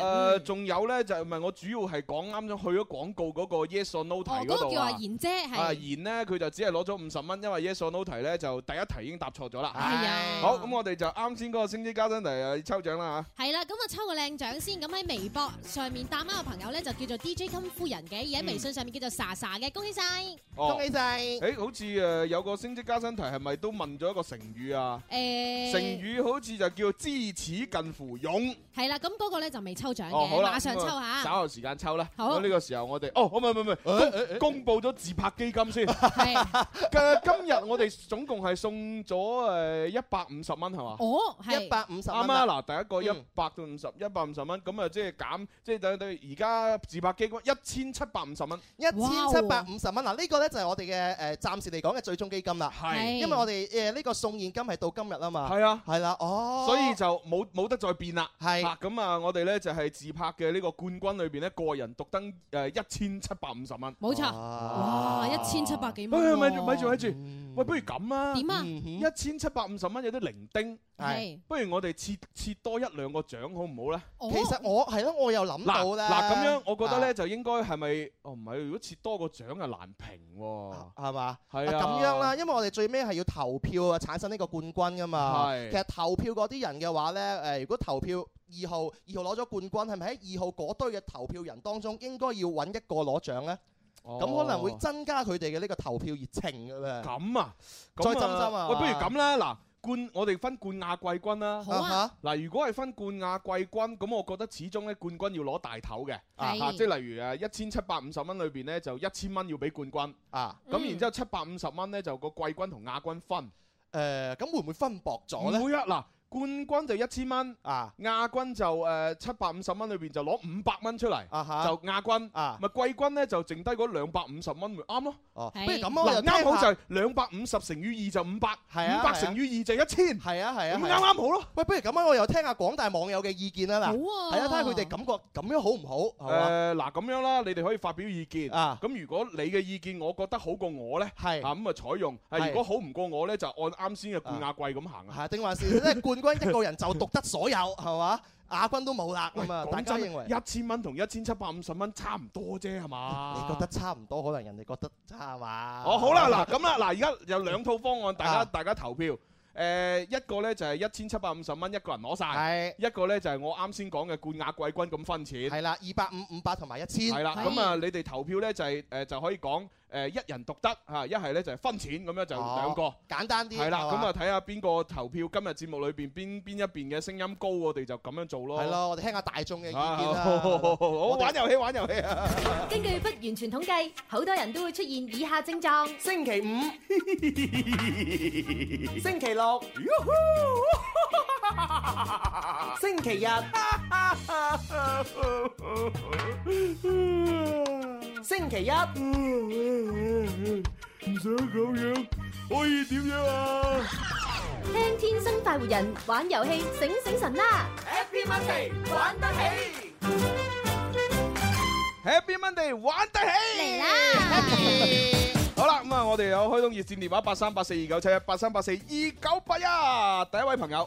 Speaker 4: 嗯
Speaker 2: 誒，仲有咧就唔係我主要係講啱咗去咗廣告嗰個 yes or no 題
Speaker 4: 哦，
Speaker 2: 嗰
Speaker 4: 嗰個
Speaker 2: 度
Speaker 4: 叫阿
Speaker 2: 啊。
Speaker 4: 賢姐
Speaker 2: 啊，
Speaker 4: 係。
Speaker 2: 然呢，佢就只係攞咗五十蚊，因為 yes or no 題咧就第一題已經答錯咗啦。
Speaker 4: 係啊
Speaker 2: 好，咁我哋就啱先嗰個升職加薪題啊抽獎啦嚇。
Speaker 4: 係啦，咁啊抽個靚獎先，咁喺微博上面答啱嘅朋友咧就叫做 DJ 金夫人
Speaker 2: 嗯
Speaker 4: 嘅，而喺微信上面叫做 Sa Sa 嘅，恭喜晒！
Speaker 2: 哦
Speaker 3: 恭喜晒！
Speaker 2: 誒，好似誒有個升職加薪題係咪都問咗一個成語啊？
Speaker 4: 誒，
Speaker 2: 成語好似就叫知恥近乎勇。
Speaker 4: 係啦，咁嗰個咧就未抽獎
Speaker 2: 哦，好
Speaker 4: 嘅，
Speaker 2: 啦，
Speaker 4: 馬上抽
Speaker 2: 咁啊稍
Speaker 4: 下。
Speaker 2: 後時間抽啦。
Speaker 4: 好
Speaker 2: 咁呢個時候我哋，哦，唔係唔係唔係，公公佈咗自拍基金先。嘅今日我哋總共係送咗誒一百五十蚊係嘛？
Speaker 4: 哦，
Speaker 3: 係150蚊
Speaker 2: 啱
Speaker 3: 啊
Speaker 2: 啊！嗱，第一個一百到五十，一百五十蚊，咁啊即係減，即係等等而家自拍基金一千七百五十蚊。
Speaker 3: 一千七
Speaker 2: 哦
Speaker 3: 百五十蚊嗱，呢個咧就係我哋嘅誒暫時嚟講嘅最終基金啦。
Speaker 2: 係
Speaker 3: 因為我哋誒呢個送現金係到今日啊嘛。
Speaker 2: 係啊，
Speaker 3: 係啦，哦，
Speaker 2: 所以就冇冇得再變啦。
Speaker 3: 係
Speaker 2: 啊咁啊，我哋咧就係自拍嘅呢個冠軍裏邊咧，個人獨登誒一千七百五十蚊。
Speaker 4: 冇錯，
Speaker 3: 啊
Speaker 4: 哇，一千七百幾蚊
Speaker 2: 啊喂，
Speaker 4: 喎。
Speaker 2: 咪住咪住咪住，
Speaker 3: 嗯
Speaker 2: 喂，不如咁啊？
Speaker 4: 點啊
Speaker 2: 一千七百五十蚊有啲零丁，
Speaker 4: 係哦
Speaker 2: 不如我哋設設多一兩個獎好唔好咧？
Speaker 3: 其實我係咯，我又諗到
Speaker 2: 嗱
Speaker 3: 咧。
Speaker 2: 嗱咁樣，我覺
Speaker 3: 啊
Speaker 2: 得咧就應該係咪？哦，唔係，如果設多個獎啊難評喎，
Speaker 3: 係嘛？
Speaker 2: 係啊，
Speaker 3: 啊咁樣啦，因為我哋最尾係要投票啊，產生呢個冠軍噶嘛。
Speaker 2: 係
Speaker 3: 其實投票嗰啲人嘅話呢，誒，如果投票二號，二號攞咗冠軍，係咪喺二號嗰堆嘅投票人當中，應該要揾一個攞獎呢？
Speaker 2: 哦
Speaker 3: 咁可能會增加佢哋嘅呢個投票熱情嘅咧。
Speaker 2: 咁啊，
Speaker 3: 再
Speaker 2: 咁
Speaker 3: 斟斟啊！
Speaker 2: 喂，不如咁啦，嗱。冠我哋分冠亞季軍啦，
Speaker 3: 好啊
Speaker 2: 嗱，如果係分冠亞季軍，咁我覺得始終咧冠軍要攞大頭嘅，
Speaker 3: 係
Speaker 2: 啊即係例如誒一千七百五十蚊裏邊咧就一千蚊要俾冠軍，
Speaker 3: 啊，
Speaker 2: 咁
Speaker 3: 嗯
Speaker 2: 然之後七百五十蚊咧就個季軍同亞軍分，
Speaker 3: 誒，咁會唔會分薄咗呢？
Speaker 2: 唔會啊，嗱。冠軍就一千蚊，
Speaker 3: 啊
Speaker 2: 亞軍就誒七百五十蚊裏邊就攞五百蚊出嚟，
Speaker 3: 哈
Speaker 2: 就亞軍，
Speaker 3: 啊
Speaker 2: 咪季軍咧就剩低嗰兩百五十蚊咪啱咯。
Speaker 3: 哦
Speaker 2: 嗱
Speaker 3: 不如咁啊我又聽下
Speaker 2: 啱好就係兩百五十乘以二就五百，
Speaker 3: 係啊
Speaker 2: 五百乘以二就一千，
Speaker 3: 係啊係
Speaker 2: 咁
Speaker 3: 啊，係
Speaker 2: 啱
Speaker 3: 啊
Speaker 2: 啱好咯。
Speaker 3: 喂，不如咁啊，我又聽下廣大網友嘅意見啦。嗱，
Speaker 2: 好啊
Speaker 3: 係啊，睇下佢哋感覺咁樣好唔好？係嘛
Speaker 2: 誒嗱咁樣啦，你哋可以發表意見。
Speaker 3: 啊
Speaker 2: 咁如果你嘅意見我覺得好過我咧，
Speaker 3: 係
Speaker 2: 啊咁啊採用。
Speaker 3: 係
Speaker 2: 誒如果好唔過我咧，就按啱先嘅冠亞季咁行啊。
Speaker 3: 係定還是即係冠軍一個人就獨得
Speaker 2: [LAUGHS]
Speaker 3: 所有係嘛？亞軍都冇啦咁啊！大
Speaker 2: 講
Speaker 3: 家
Speaker 2: 真，
Speaker 3: 認為
Speaker 2: 一千蚊同一千七百五十蚊差唔多啫，係嘛？
Speaker 3: 你覺得差唔多，可能人哋覺得差嘛？
Speaker 2: 哦，好啦，嗱咁啦，嗱而家有兩套方案，大
Speaker 3: 啊
Speaker 2: 家大家投票。誒一個咧就係一千七百五十蚊一個人攞晒，一個咧就係我啱先講嘅冠亞季軍咁分錢。
Speaker 3: 係啦，二百五、五百同埋一千。
Speaker 2: 係啦，咁啊，你哋投票咧就係誒就可以講誒一人獨得嚇，一係咧就係分錢咁樣就
Speaker 3: 哦
Speaker 2: 兩個。
Speaker 3: 簡單啲。
Speaker 2: 係啦，
Speaker 3: 係
Speaker 2: 咁
Speaker 3: 嘛
Speaker 2: 啊睇下邊個投票，今日節目裏邊邊邊一邊嘅聲音高，我哋就咁樣做咯。
Speaker 3: 係咯，我哋聽下大眾嘅意見
Speaker 2: 啊
Speaker 3: 啦。
Speaker 2: 好好好好好
Speaker 3: 我哋
Speaker 2: 玩遊戲玩遊戲啊！
Speaker 15: 根據不完全統計，好多人都會出現以下症狀：
Speaker 3: 星期五、星
Speaker 2: [LAUGHS]
Speaker 3: 期六、星期日、星期一。
Speaker 5: 唔想咁樣，可以點樣啊
Speaker 15: 聽天生快活人玩遊戲，醒醒神啦！
Speaker 5: ？Happy Monday，玩得起。
Speaker 2: Happy Monday，玩得起！嚟啦！好啦，咁啊，我哋有開通熱線電話八三八四二九七一八三八四二九八一，第一位朋友。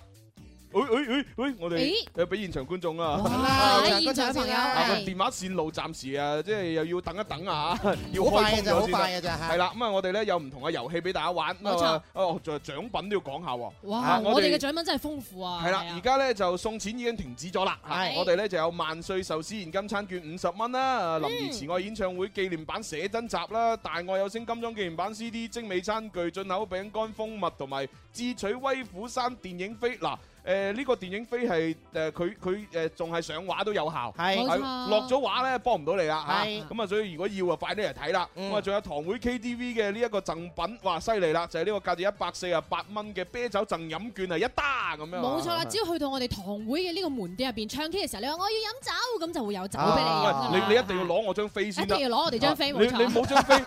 Speaker 2: 誒誒誒誒，我哋
Speaker 5: 咦
Speaker 2: 誒俾現場觀眾啊！
Speaker 3: 哇
Speaker 5: 現場觀眾現場朋友先啦
Speaker 2: 啊個
Speaker 5: 係
Speaker 2: 電話線路暫時啊，即係又要等一等啊，要
Speaker 3: 好快
Speaker 2: 開通咗
Speaker 3: 嘅
Speaker 2: 先
Speaker 3: 咋
Speaker 2: 得
Speaker 3: 好快嘅咋嚇
Speaker 2: 係啦，咁啊，我哋咧有唔同嘅遊戲俾大家玩。
Speaker 4: 冇錯
Speaker 2: 咁啊哦，仲有獎品都要講下喎。
Speaker 4: 哇！
Speaker 2: 啊
Speaker 4: 我哋嘅獎品真係豐富啊！
Speaker 2: 係啦，而家咧就送錢已經停止咗啦。啊
Speaker 4: 係
Speaker 2: 我哋咧就有萬歲壽司現金餐券五十蚊啦，啊林兒慈愛演唱會紀念版寫真集啦，大愛有聲金裝紀念版 CD、精美餐具、進口餅乾、蜂蜜同埋智取威虎山電影飛嗱。誒呢個電影飛係誒佢佢誒仲係上畫都有效，
Speaker 3: 係冇錯
Speaker 2: 落咗畫咧幫唔到你啦
Speaker 3: 係
Speaker 2: 嚇，咁啊所以如果要啊快啲嚟睇啦，咁啊仲有堂會 KTV 嘅呢一個贈品，哇犀利啦，就係呢個價值一百四啊八蚊嘅啤酒贈飲券係一打咁樣啊。
Speaker 4: 冇錯啦，只要去到我哋堂會嘅呢個門店入邊唱 K 嘅時候，你話我要飲酒，咁就會有酒俾你飲
Speaker 2: 啊
Speaker 4: 㗎啦
Speaker 2: 喂你你一定要攞我張飛先得，
Speaker 4: 一定要攞我哋張飛
Speaker 2: 啊
Speaker 4: 冇
Speaker 2: 你
Speaker 4: 錯
Speaker 2: 你冇張飛，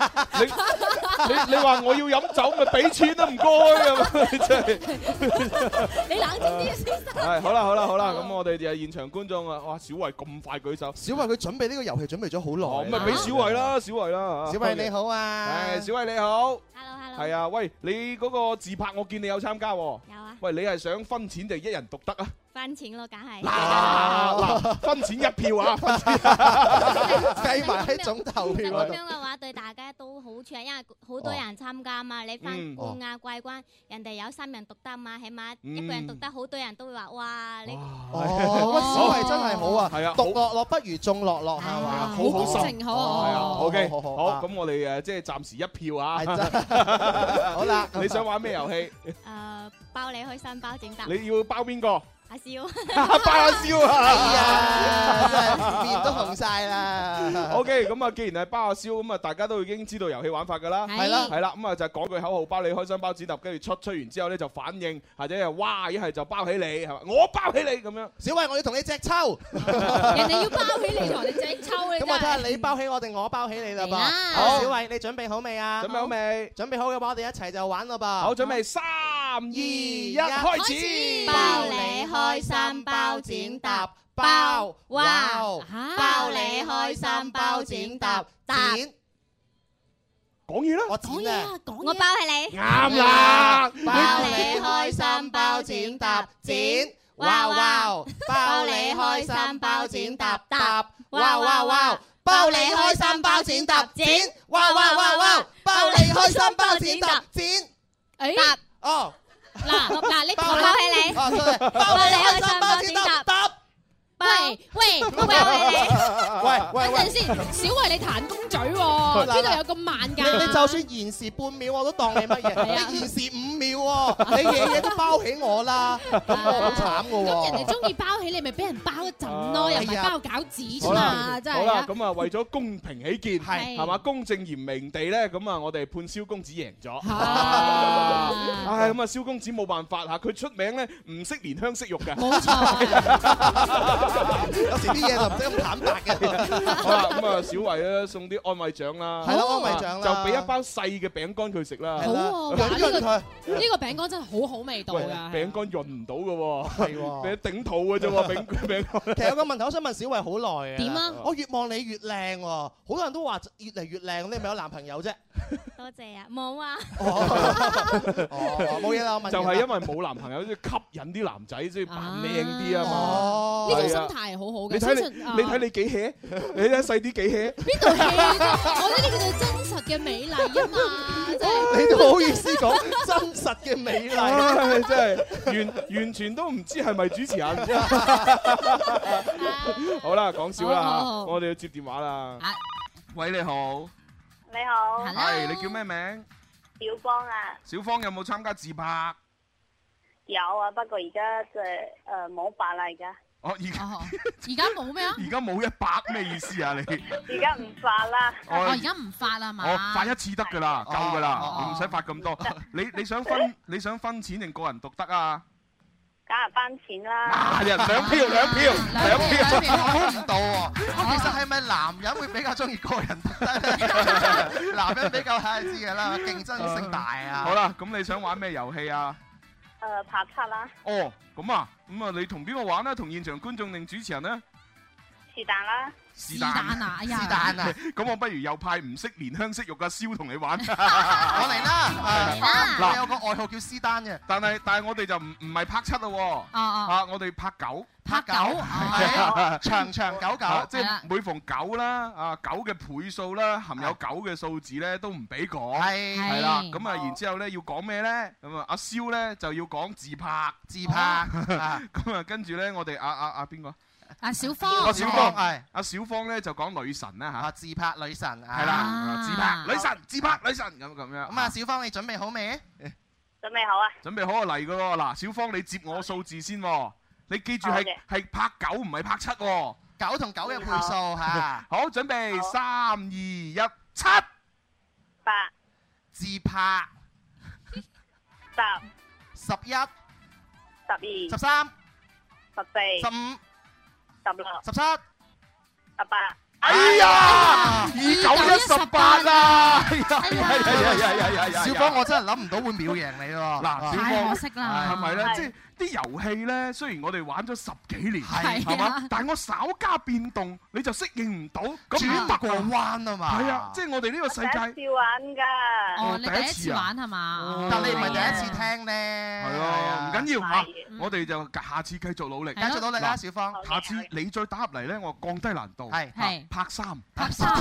Speaker 2: 你你你話我要飲酒，咪俾錢都唔該啊！真係。
Speaker 4: 你冷靜啲啊，先生。
Speaker 2: 係好啦好啦好啦，咁我哋就係現場觀眾啊，哇！小慧咁快舉手，
Speaker 3: 小慧佢準備呢個遊戲準備咗好
Speaker 2: 咁
Speaker 3: 耐。
Speaker 2: 咪俾小慧。啦，小慧啦，
Speaker 3: 小慧你好啊
Speaker 2: 係小慧你好，hello hello，係啊，喂，你嗰個自拍我見你有參加喎，有
Speaker 13: 啊，
Speaker 2: 喂，你係想分錢定一人獨得啊？
Speaker 13: 分錢咯，梗係。
Speaker 2: 嗱嗱，分錢一票
Speaker 3: [LAUGHS]
Speaker 2: 啊，分錢
Speaker 3: [LAUGHS] 計埋喺總投
Speaker 13: 就
Speaker 3: 票
Speaker 13: 咁
Speaker 3: 嗰度。
Speaker 13: 樣嘅話，對大家都好處啊，因為好多人參加嘛。你
Speaker 2: 嗯
Speaker 13: 翻冠亞季軍，人哋有三人獨得嘛，起碼
Speaker 2: 嗯
Speaker 13: 一個人獨得，好多人都會話：哇，你
Speaker 3: 哦，喂，小慧真係好啊，
Speaker 2: 係啊
Speaker 3: 獨樂樂不如眾樂樂，係嘛？
Speaker 2: 好好心，
Speaker 3: 情好
Speaker 2: 係啊，OK，
Speaker 3: 好好好
Speaker 2: 好，咁我哋誒即係暫時一票啊，
Speaker 3: 好啦
Speaker 2: 你想玩咩遊戲？
Speaker 13: 誒包你開心，包整得。
Speaker 2: 你要包邊個？
Speaker 13: 誒阿笑，
Speaker 2: [LAUGHS] 巴燒啊！
Speaker 3: 面都紅晒啦
Speaker 2: OK，咁啊，既然係巴阿燒，咁啊，大家都已經知道遊戲玩法㗎啦。
Speaker 4: 哎
Speaker 3: 係啦
Speaker 2: 係啦，咁啊就係講句口號，包你開心包紙揼，跟住出吹完之後咧就反應，或者係哇，一係就包起你，係嘛？我包起你咁樣。
Speaker 3: 小慧，我要同你隻抽，
Speaker 2: 人
Speaker 4: 哋要包起你同你隻抽你
Speaker 3: 咁啊
Speaker 4: 真係
Speaker 3: 我睇下你包起我定我包起你啦噃。
Speaker 4: 嚟啦
Speaker 3: 好，小慧，你準備好未啊？
Speaker 2: 準備好未？
Speaker 3: 準備好嘅話，我哋一齊就玩啦噃。
Speaker 2: 好，準備三二一，開始。
Speaker 13: 包你開心包剪揼包，哇！包你開心包剪揼揼，
Speaker 2: 講嘢啦，
Speaker 3: 我剪
Speaker 15: 啊
Speaker 3: 啦，
Speaker 13: 我包起你，
Speaker 2: 啱啦
Speaker 13: 包你開心包剪揼剪，哇哇！包你開心包剪揼揼，哇哇哇！包你開心包剪揼剪，哇哇哇哇！包你開心包剪揼
Speaker 3: 剪，
Speaker 13: 誒
Speaker 3: 哦。
Speaker 4: 嗱嗱，你
Speaker 13: 包起你，包你開心包剪揼
Speaker 3: 揼，
Speaker 4: 喂喂，我包起你。
Speaker 3: 喂喂
Speaker 4: 等陣
Speaker 3: 喂！
Speaker 4: 先，小慧你彈弓嘴喎，邊度有咁慢
Speaker 3: 你
Speaker 4: 㗎？
Speaker 3: 你就算延時半秒我都當你乜
Speaker 4: 係啊
Speaker 3: 嘢？你延時五秒喎，你夜夜都包起我啦，咁
Speaker 4: À.
Speaker 3: 我好慘嘅喎。
Speaker 4: 人哋中意包起你，咪俾人包一陣咯，
Speaker 2: 啊
Speaker 4: 又唔
Speaker 2: 係
Speaker 4: 係
Speaker 2: 啊
Speaker 4: 包餃子啫
Speaker 2: 好
Speaker 4: 嘛，
Speaker 2: 啦，
Speaker 4: 真
Speaker 2: 好
Speaker 4: 係
Speaker 2: 啦，
Speaker 4: 啊。
Speaker 2: 咁啊，為咗公平起見，
Speaker 4: 係
Speaker 2: 係嘛，公正嚴明地咧，咁啊，我哋判蕭公子贏咗。
Speaker 4: 係
Speaker 2: 唉，咁啊，蕭公子冇辦法嚇，佢出名咧唔識憐香惜玉嘅。 [LAUGHS]
Speaker 4: 冇錯。
Speaker 3: 有時啲嘢就唔使咁坦白嘅。
Speaker 2: 好啦，咁啊，小慧咧送啲安慰獎啦，
Speaker 3: 係咯安慰獎啦
Speaker 2: 就俾一包細嘅餅乾佢食啦。
Speaker 4: 好喎，
Speaker 3: Dạ,
Speaker 4: 哇呢個呢個餅乾真係好好味道
Speaker 2: 喂，
Speaker 4: 㗎。
Speaker 2: 餅乾潤唔到嘅喎，
Speaker 3: 係喎
Speaker 2: 俾頂肚嘅啫
Speaker 3: [LAUGHS]
Speaker 2: 喎，餅餅乾。
Speaker 3: 其實有個問題，我想問小慧好耐啊。
Speaker 2: 點啊
Speaker 3: 我越望你越靚喎，好多人都話越嚟越靚，你係咪有男朋友啫？
Speaker 13: 多謝啊，冇啊，
Speaker 3: 哦冇嘢啦我問完啦
Speaker 2: 就係因為冇男朋友，即係
Speaker 3: 啊
Speaker 2: 吸引啲男仔，即係扮靚啲啊嘛
Speaker 4: 哦。呢種
Speaker 2: 係啊
Speaker 4: 心態係好好嘅
Speaker 2: 你睇
Speaker 4: 相
Speaker 2: 你，
Speaker 4: 信啊
Speaker 2: 你睇你幾 hea，你睇細啲幾
Speaker 3: [LAUGHS]
Speaker 2: hea。
Speaker 4: 邊度戲啫？我呢啲叫做真實嘅美麗啊
Speaker 2: [LAUGHS]
Speaker 4: 嘛，真係。
Speaker 3: 你都好意思講真實嘅美麗。
Speaker 2: 唉真係完完全都唔知係咪主持
Speaker 3: [LAUGHS]
Speaker 2: 人。好啦，講笑
Speaker 9: 好
Speaker 2: 啦
Speaker 9: 好好，
Speaker 2: 我哋要接電話啦。
Speaker 3: 啊
Speaker 2: 喂，你好，
Speaker 6: 你好，
Speaker 2: 係你叫咩名？
Speaker 6: 小光啊，
Speaker 2: 小芳有冇參加自拍？
Speaker 6: 有啊，不過而家就诶冇白啦，而家
Speaker 2: 哦，而家
Speaker 8: 而家冇
Speaker 2: [LAUGHS]
Speaker 8: 咩啊？
Speaker 2: 而家冇一百咩意思啊？你
Speaker 6: 而家唔白啦，
Speaker 8: 我而家唔發啦嘛。
Speaker 2: 我哦發一次得㗎啦，夠㗎
Speaker 8: 哦
Speaker 2: 啦，唔使發咁多。你你想分你想分錢定個人獨得啊？
Speaker 6: 梗係班錢啦，
Speaker 2: 啊，人兩 [LAUGHS] 票兩票兩票， [LAUGHS]
Speaker 16: 諗唔到喎，其實係咪男人會比較中意個人得咧？男人比較睇就知㗎啦，競爭性大啊！
Speaker 2: 好，啦，咁你想玩咩遊戲啊？
Speaker 6: 诶拍七啦，
Speaker 2: 哦，咁啊，咁啊，你同邊個玩呢？同現場觀眾定主持人呢？
Speaker 6: 是但啦，
Speaker 2: 是
Speaker 8: 但啊哎呀是
Speaker 16: 但啊
Speaker 2: 咁我不如又派唔識憐香惜玉嘅蕭同你玩。 [LAUGHS]
Speaker 16: 我嚟啦，啊
Speaker 2: 嗱
Speaker 16: 我有個外號叫斯丹嘅，
Speaker 2: 但係但係我哋就唔唔係拍七
Speaker 8: 哦
Speaker 2: 咯喎，
Speaker 16: 啊啊
Speaker 2: 啊我哋拍九。
Speaker 16: 拍狗
Speaker 2: [LAUGHS]
Speaker 16: 係長長久久
Speaker 2: 啊，即係每逢九啦，啊九嘅倍數啦，含有九嘅數字咧都唔俾講，
Speaker 16: 係
Speaker 2: 係啦，
Speaker 16: 係
Speaker 2: 咁啊然之後咧要講咩咧？咁啊阿蕭咧就要講自拍，
Speaker 16: 自拍啊
Speaker 2: 咁啊跟住咧我哋啊啊啊邊個？
Speaker 8: 啊，小
Speaker 2: 阿
Speaker 8: 芳，
Speaker 2: 小芳
Speaker 16: 係啊
Speaker 2: 阿小芳咧就講女神啦嚇，
Speaker 16: 自拍女神啊，
Speaker 2: 係啦，啊自拍女神，自拍女神咁咁樣。
Speaker 16: 咁啊，小芳你準備好未？
Speaker 6: 準備好啊，
Speaker 2: 準備好就嚟噶咯，嗱，小芳你接我數字先喎，你記住
Speaker 16: 好
Speaker 2: 係
Speaker 16: 嘅
Speaker 2: 係拍九唔係拍七喎。
Speaker 16: 九同九嘅倍數
Speaker 2: 啊
Speaker 16: 啊嚇，
Speaker 2: 好，準備三二一，七
Speaker 6: 八
Speaker 16: 自拍
Speaker 6: 十
Speaker 16: 十一、十
Speaker 6: 十二
Speaker 16: 三、
Speaker 6: 十四
Speaker 16: 十五、
Speaker 6: 十六
Speaker 16: 十七。
Speaker 6: 十八，
Speaker 2: 哎呀，二九一十八啦！哎呀，係啊係啊係啊係啊係啊
Speaker 16: 小芳，我真係諗唔到會秒贏你喎。
Speaker 3: 啊
Speaker 2: 嗱，小
Speaker 16: 太
Speaker 2: 芳
Speaker 16: 可惜啦
Speaker 2: 係咪咧？
Speaker 16: 係
Speaker 2: 即係啲遊戲咧，雖然我哋玩咗十幾年，
Speaker 16: 係
Speaker 2: 係
Speaker 16: 啊
Speaker 2: 嘛，但係我稍加變動，你就適應唔到，咁唔得
Speaker 16: 轉過彎啊嘛
Speaker 2: 係啊，即係我哋呢個世界。
Speaker 6: 第一次玩噶，
Speaker 2: 哦
Speaker 8: 你第一次玩係嘛？哦
Speaker 16: 但你唔係第一
Speaker 3: 哦
Speaker 16: 次聽啊咧，
Speaker 2: 係啊
Speaker 3: 啊
Speaker 2: 咯，唔緊要嚇，我哋就下次繼續努力，
Speaker 16: 繼續努力啦
Speaker 2: 嗱
Speaker 16: 小芳
Speaker 2: 下次你再打入嚟咧，我降低難度，
Speaker 16: 係
Speaker 2: 係拍三，
Speaker 8: 拍
Speaker 2: [LAUGHS]
Speaker 4: [LAUGHS]
Speaker 8: 三。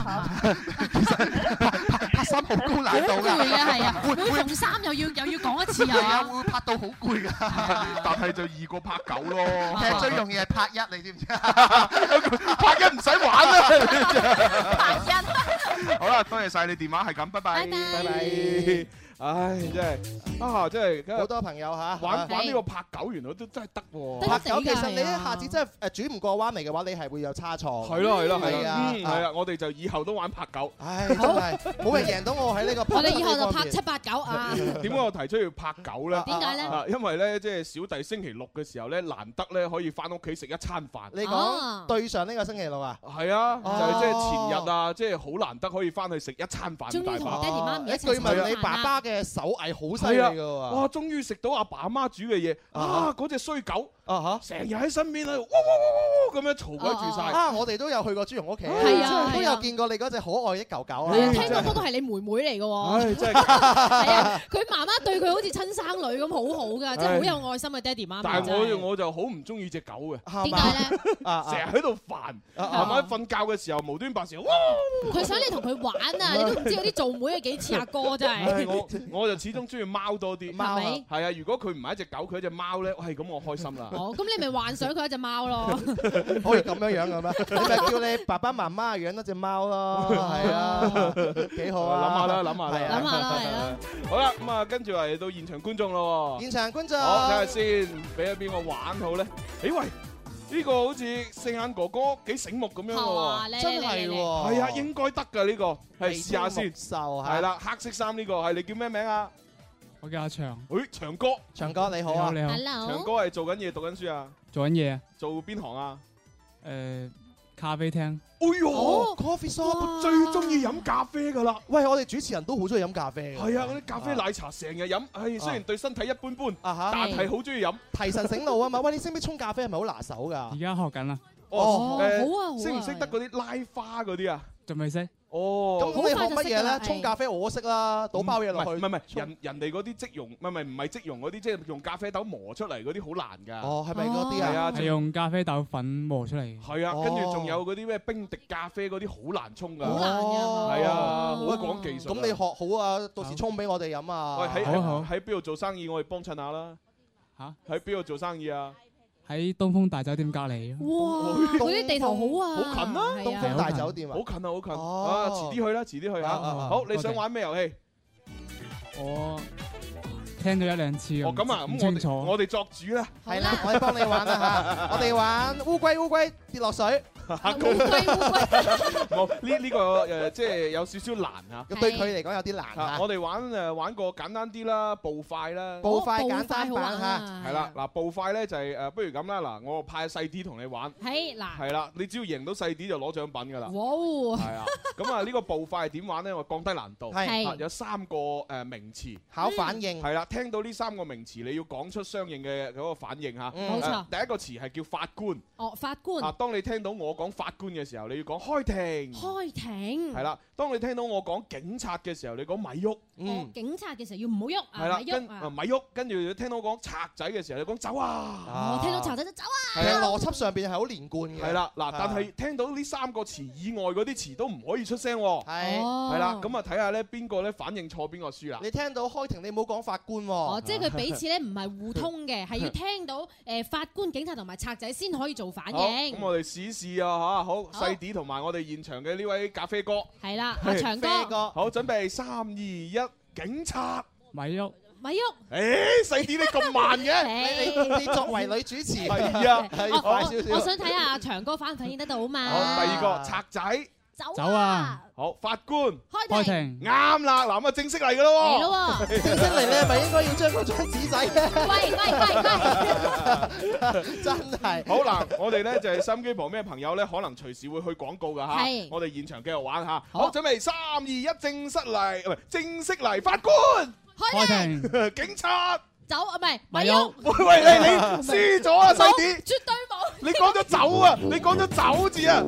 Speaker 16: 拍三好高難度㗎，
Speaker 8: 好攰啊，係啊，
Speaker 16: 會
Speaker 8: 每逢三又要又要講一次
Speaker 16: 係啊，
Speaker 8: 啊，[LAUGHS]
Speaker 3: [LAUGHS]
Speaker 16: 會拍到好
Speaker 2: [LAUGHS]
Speaker 16: 攰㗎。
Speaker 2: 但係就易過拍九咯。
Speaker 16: 其實最容易係拍一，你知唔知啊？
Speaker 2: 拍一唔使玩啦。拍一。好啦，多謝晒你電話，係咁，拜拜，拜拜。唉，真係啊，真係
Speaker 3: 好多朋友嚇
Speaker 2: 玩
Speaker 3: 係
Speaker 2: 玩呢個拍狗，原來都真係得喎。
Speaker 3: 拍手其實你一下子真係誒煮唔過彎嚟嘅話，你係會有差錯。
Speaker 2: 係咯係咯係
Speaker 3: 係
Speaker 2: 啦，
Speaker 3: 啊，
Speaker 2: 嗯係啊，我哋就以後都玩拍
Speaker 3: [LAUGHS]
Speaker 2: 狗。
Speaker 3: 唉，真係冇人贏到我喺呢個拍
Speaker 4: 我哋以後
Speaker 3: 呢
Speaker 4: 就
Speaker 3: 方面
Speaker 4: 拍七八九啊。
Speaker 2: 點解我提出要拍狗咧？
Speaker 4: 點解呢
Speaker 2: 啊因為咧，即係小弟星期六嘅時候咧，難得咧可以翻屋企食一餐飯。
Speaker 3: 你
Speaker 4: 哦
Speaker 3: 講對上呢個星期六啊？
Speaker 2: 係啊，就係即係前日啊，即係好難得可以翻去食一餐飯。
Speaker 3: 終於
Speaker 2: 大
Speaker 3: 同
Speaker 2: 把
Speaker 3: 爹哋啊媽咪一齊食飯啦據聞你爸爸嘅手藝好犀利㗎喎
Speaker 2: 係啊哇！終於食到阿爸阿媽煮嘅嘢啊！嗰只衰狗
Speaker 3: 啊
Speaker 2: 成日喺身邊喺度，哇哇哇哇哇咁樣嘈鬼住晒
Speaker 3: 啊！我哋都有去過朱容屋企，
Speaker 4: 係啊
Speaker 3: 都
Speaker 4: 係啊
Speaker 3: 有見過你嗰只可愛一嚿狗啊！
Speaker 4: 係啊，聽講嗰個係你妹妹嚟嘅喎。
Speaker 2: [LAUGHS] 唉真
Speaker 4: 係。啊，佢媽媽對佢好似親生女咁，好好㗎，即係好有愛心嘅爹
Speaker 3: 啊
Speaker 4: 哋媽咪。
Speaker 2: 但係
Speaker 4: 真係
Speaker 2: 我我就好唔中意只狗嘅，
Speaker 4: 點解咧？
Speaker 3: 啊
Speaker 2: 成日喺度煩， [LAUGHS] 係咪？瞓覺嘅時候無端白事，哇！
Speaker 3: 啊
Speaker 4: 佢想你同佢玩啊！你都唔知嗰啲做妹嘅幾似阿哥真
Speaker 2: 唉
Speaker 4: 係。
Speaker 2: 我我就始終中意貓多啲，
Speaker 4: 貓啊係
Speaker 2: 係啊！如果佢唔係一隻狗，佢係一隻貓咧，喂咁我開
Speaker 3: [LAUGHS]
Speaker 2: 心啦。
Speaker 4: 哦，咁你咪幻想佢一隻貓咯。
Speaker 3: 可以咁樣樣嘅咩？你咪叫你爸爸媽媽養多只貓咯，係啊，幾好啊！
Speaker 2: 諗下啦，諗下
Speaker 3: 係
Speaker 2: 啦，
Speaker 3: 啊諗下
Speaker 2: 啦，係 [LAUGHS] 啦。好啦，咁啊，跟住嚟到現場觀眾咯喎。
Speaker 3: 現場觀眾
Speaker 2: 好睇下先，俾咗邊個玩好咧？咦喂！呢個好似四眼哥哥幾醒目咁樣
Speaker 3: 係啊
Speaker 4: 啊
Speaker 3: 嘛
Speaker 2: 喎，
Speaker 3: 嚟真係嚟嚟喎
Speaker 2: 哦係啊，應該得㗎呢個，係
Speaker 3: 眉
Speaker 2: 試下
Speaker 3: 清
Speaker 2: 先
Speaker 3: 目。哦秀嚇
Speaker 2: 係啦，黑色衫呢個係你叫咩名啊？
Speaker 17: 我叫阿長，
Speaker 2: 誒，長哥，
Speaker 3: 長哥你好啊
Speaker 17: 你好你好
Speaker 2: 長哥係做緊嘢，讀緊書啊，
Speaker 17: 做緊嘢啊，
Speaker 2: 做邊行啊？
Speaker 17: 誒，咖啡廳。
Speaker 2: 哎呦
Speaker 3: 哦，coffee shop
Speaker 2: 最中意飲咖啡㗎啦！
Speaker 3: 喂，我哋主持人都好中意飲咖啡㗎。
Speaker 2: 係啊，嗰啲咖啡奶茶成日飲，唉，雖然對身體一般般，
Speaker 3: 嚇
Speaker 2: 但係好中意飲。
Speaker 3: 啊提神醒腦啊嘛！喂，你識唔識沖咖啡係咪好拿手㗎？
Speaker 2: 啊
Speaker 17: 而家學緊啦，啊
Speaker 2: 哦，誒
Speaker 3: 好啊好啊
Speaker 2: 識唔識得嗰啲拉花嗰啲啊？
Speaker 17: 仲未識。
Speaker 2: 哦，
Speaker 3: 咁你學乜嘢咧？沖咖啡我識啦，倒包嘢落去。
Speaker 2: 唔係唔係，人人哋嗰啲即溶，唔係唔係唔係即溶嗰啲，即係用咖啡豆磨出嚟嗰啲好難㗎。
Speaker 3: 哦係咪嗰
Speaker 4: à?
Speaker 3: 啲啊
Speaker 2: 係啊，
Speaker 17: 係用咖啡豆粉磨出嚟。
Speaker 2: 係啊，跟住仲有嗰啲咩冰滴咖啡嗰啲好難沖㗎。
Speaker 4: à
Speaker 3: 好難㗎
Speaker 2: 係啊，好講技術啊。
Speaker 3: 咁你學好啊，到時沖俾我哋飲啊！
Speaker 2: 喂喺喺喺邊度做生意？我哋幫襯下啦。
Speaker 17: 嚇？
Speaker 2: 喺邊度做生意啊？
Speaker 17: 喺東風大酒店隔離。
Speaker 4: 哇！嗰啲地頭好啊，
Speaker 2: 好近啦，
Speaker 4: 係啊
Speaker 3: 風大酒店啊
Speaker 2: 好近啊，好近啊，遲啲去啦，遲啲去啊。
Speaker 17: 哦
Speaker 2: 好，你想
Speaker 17: OK
Speaker 2: 玩咩遊戲？
Speaker 17: 我聽咗一兩次。
Speaker 2: 哦，咁啊，
Speaker 17: 唔
Speaker 2: 咁我
Speaker 17: 清
Speaker 2: 哋
Speaker 17: 楚。
Speaker 2: 我哋作主啦。 [LAUGHS]
Speaker 3: 係啦，我哋幫你玩啦嚇，我哋玩烏龜烏龜跌落水，
Speaker 2: 烏龜冇呢呢個誒，即係有少少難啊。
Speaker 3: 對佢嚟講有啲難
Speaker 2: 啊
Speaker 3: 嚇。
Speaker 2: 我哋玩誒玩個簡單啲啦，步快啦，
Speaker 3: 步快簡單版嚇，
Speaker 2: 係啦。嗱，步快咧就係誒，不如咁啦，嗱，我派細啲同你玩，
Speaker 4: 係嗱，
Speaker 2: 係啦，你只要贏到細啲就攞獎品㗎啦。
Speaker 4: 哇！
Speaker 2: 係啊，咁啊呢個步快係點玩咧？我降低難度，
Speaker 3: 係
Speaker 2: 啊有三個誒名詞，
Speaker 3: 考反應
Speaker 2: 係啦。聽到呢三個名詞，你要講出相應嘅嗰個反應嚇。
Speaker 4: 嗯冇錯
Speaker 2: 誒第一個詞係叫法官。
Speaker 4: 哦，法官
Speaker 2: 啊，當你聽到我講法官嘅時候，你要講開庭。
Speaker 4: 開庭
Speaker 2: 係，啦，當你聽到我講警察嘅時候，你講咪喐。
Speaker 3: Ừ.
Speaker 4: 哦，警察嘅時候要唔好喐
Speaker 2: 係
Speaker 4: 啊，
Speaker 2: 啦，
Speaker 4: 咪
Speaker 2: 跟
Speaker 4: 喐
Speaker 2: 啊
Speaker 4: 啊。
Speaker 2: 咪喐，跟住聽到我講賊仔嘅時候，你講走啊。
Speaker 4: 我聽到查仔就走啊！
Speaker 3: 係啊，邏輯上邊係好連貫嘅。
Speaker 2: 係啦，嗱，但係聽到呢三個詞以外嗰啲詞都唔可以出聲喎。
Speaker 3: 係
Speaker 4: Ờ.
Speaker 2: 係啦，咁啊睇下咧邊個咧反應錯，邊個輸啦。啊
Speaker 3: 你聽到開庭，你唔好講法官喎。
Speaker 4: 哦，即係佢彼此咧唔係互通嘅，係要聽到誒法官、警察同埋賊仔先可以做反
Speaker 2: 好，
Speaker 4: 應
Speaker 2: 咁。我哋試試啊吓，好細啲同埋我哋現場嘅呢位咖啡哥，
Speaker 4: 係啦，阿長哥，
Speaker 2: 好準備三二一，警察。
Speaker 17: 咪喐，
Speaker 4: 咪喐。
Speaker 2: 誒細啲你咁慢
Speaker 4: [LAUGHS]
Speaker 2: 嘅，
Speaker 4: 你你你作為
Speaker 3: 女主持
Speaker 2: [LAUGHS]
Speaker 3: [LAUGHS]
Speaker 2: 係啊，
Speaker 4: 哦
Speaker 2: 係快少
Speaker 4: 我
Speaker 2: 少。哦
Speaker 4: 我想睇下長哥反唔反應得到
Speaker 2: 好，
Speaker 4: 嘛？
Speaker 2: 第二個賊仔，
Speaker 4: 走啊！
Speaker 2: 好，法官
Speaker 4: 開
Speaker 17: 庭，
Speaker 2: 啱啦，嗱咁啊正式嚟噶咯
Speaker 4: 嚟咯喎
Speaker 3: 正式嚟咧，咪應該要將嗰張
Speaker 2: [LAUGHS]
Speaker 3: 紙仔咧。
Speaker 2: 哦
Speaker 4: 喂喂喂
Speaker 3: 真係
Speaker 2: 好嗱，我哋咧就係收音機旁邊嘅朋友咧，可能隨時會去廣告噶吓
Speaker 3: 係，
Speaker 2: 我哋現場繼續玩吓，好，準備三二一，正式嚟，唔係正式嚟，法官
Speaker 4: [LAUGHS]
Speaker 17: 開
Speaker 2: 庭，警察
Speaker 4: 走啊，唔係咪
Speaker 2: 咪
Speaker 4: 喐
Speaker 2: 喐？喂喂你你輸咗啊細啲
Speaker 4: 冇絕對冇。 [LAUGHS]
Speaker 2: 你講咗走啊！你講咗走字啊！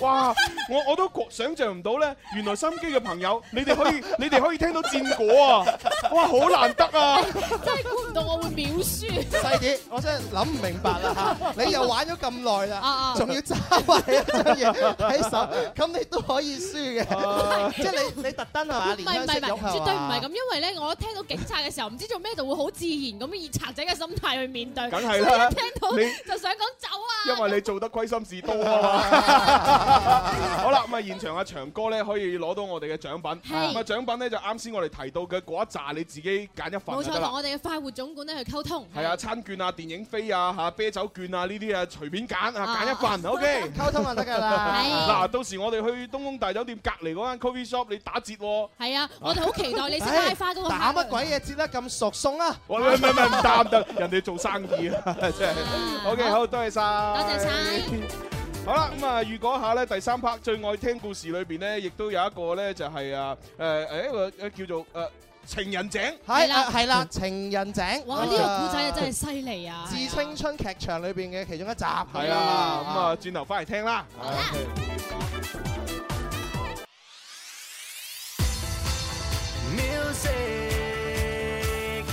Speaker 2: 哇！我我都覺想象唔到咧，原來心機嘅朋友，你哋可以你哋可以聽到戰果啊！哇，好難得啊！
Speaker 4: 真係估唔到我會秒
Speaker 2: [LAUGHS]
Speaker 4: 輸。
Speaker 3: 細啲，我真係諗唔明白啦嚇！你又玩咗咁耐
Speaker 4: 啊
Speaker 3: 啦
Speaker 4: 啊，
Speaker 3: 仲要揸埋一張嘢 [LAUGHS] 喺手，咁你都可以輸
Speaker 2: 嘅，
Speaker 3: [LAUGHS] 即係你你特登係嘛？
Speaker 4: 唔係
Speaker 3: 連香
Speaker 4: 唔係唔係
Speaker 3: 食肉，
Speaker 2: 啊
Speaker 3: 嘛
Speaker 4: 絕對唔係咁，因為咧，我一聽到警察嘅時候，唔知做咩就會好自然咁以賊仔嘅心態去面對。
Speaker 2: 梗係
Speaker 4: 所以
Speaker 2: 啦
Speaker 4: 一聽到，
Speaker 2: 你你
Speaker 18: 就想講走啊！
Speaker 2: 因為你做得虧心事多啊
Speaker 4: [LAUGHS]
Speaker 2: 嘛。好啦，咁啊現場阿長哥咧可以攞到我哋嘅獎品，
Speaker 4: 係
Speaker 2: 咁啊獎品咧就啱先我哋提到嘅嗰一紮，你自己揀一份
Speaker 4: 冇
Speaker 2: 就
Speaker 4: 錯，
Speaker 2: 得
Speaker 4: 同
Speaker 2: 啦
Speaker 4: 我。哋嘅快活總管咧去溝通。
Speaker 2: 啊係啊，餐券啊、電影飛啊、嚇啤酒券啊呢啲啊，隨便揀啊，揀一份
Speaker 4: 啊 [LAUGHS]
Speaker 2: ，OK。
Speaker 4: 溝通就得㗎啦係
Speaker 2: 嗱，到時我哋去東宮大酒店隔離嗰間 coffee shop，你打折喎。
Speaker 4: 係啊，我哋好期待你先拉花嗰個
Speaker 3: 打乜鬼嘢折得咁熟送啊！
Speaker 2: 喂喂，唔係唔係唔得唔得，人哋做生意啊， [LAUGHS] 真係。OK，好
Speaker 3: Ờ,
Speaker 2: 多謝晒，多謝 [LAUGHS] 晒。好啦，咁啊，預告一下咧，第三 part 最愛聽故事裏邊咧，亦都有一個咧，就係啊誒誒一個誒叫做誒情人井。
Speaker 3: 係啦，係啦，情人井。
Speaker 4: 哇！呢個古仔啊真係犀利啊！
Speaker 3: [LAUGHS] 自青春劇場裏邊嘅其中一集。係
Speaker 2: 係啊，咁啊，轉頭翻嚟聽啦。
Speaker 5: Music,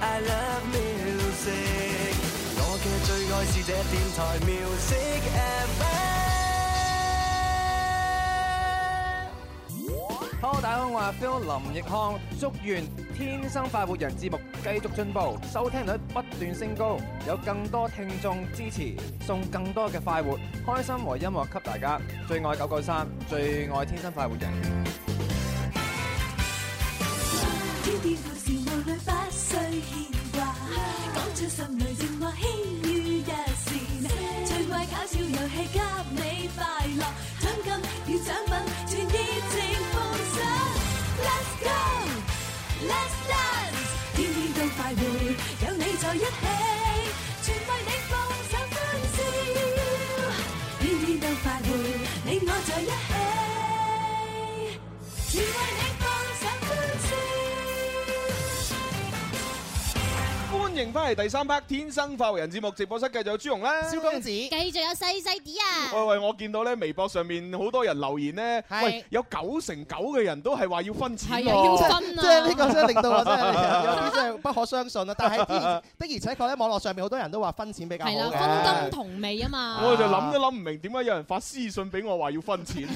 Speaker 5: I love music。我嘅最愛是這電台 Music FM。
Speaker 19: Hello，大家好，我係 Phil 林奕康，祝願《天生快活人》節目繼續進步，收聽率不斷升高，有更多聽眾支持，送更多嘅快活、開心和音樂給大家。最愛九九三，最愛《天生快活人》。
Speaker 5: 天天故事無慮不需牽掛，講出心裏情話輕於一線。最愛搞笑遊戲給你快樂，獎金與獎品全熱情奉上。Let's go，Let's dance，天天都快活，有你在一起，全為你放上歡笑。天天都快活，你我在一起，全為你放上歡笑。
Speaker 2: 歡迎翻嚟第三 part《天生快活人》節目直播室，繼續有朱紅啦，蕭公子。
Speaker 18: 繼續有細細啲啊！
Speaker 2: 喂喂，我見到咧微博上面好多人留言咧，
Speaker 18: 係
Speaker 2: 喂有九成九嘅人都係話要分錢喎，
Speaker 3: 係啊要分啊即係呢個真係令到我真係有啲真係不可相信
Speaker 4: [LAUGHS]
Speaker 3: 啊！但係的而的而且確咧，網絡上面好多人都話分錢比較好
Speaker 4: 係啦，
Speaker 3: 嘅。
Speaker 4: 分金同味啊嘛！
Speaker 2: 我就諗都諗唔明點解有人發私信俾我話要分錢，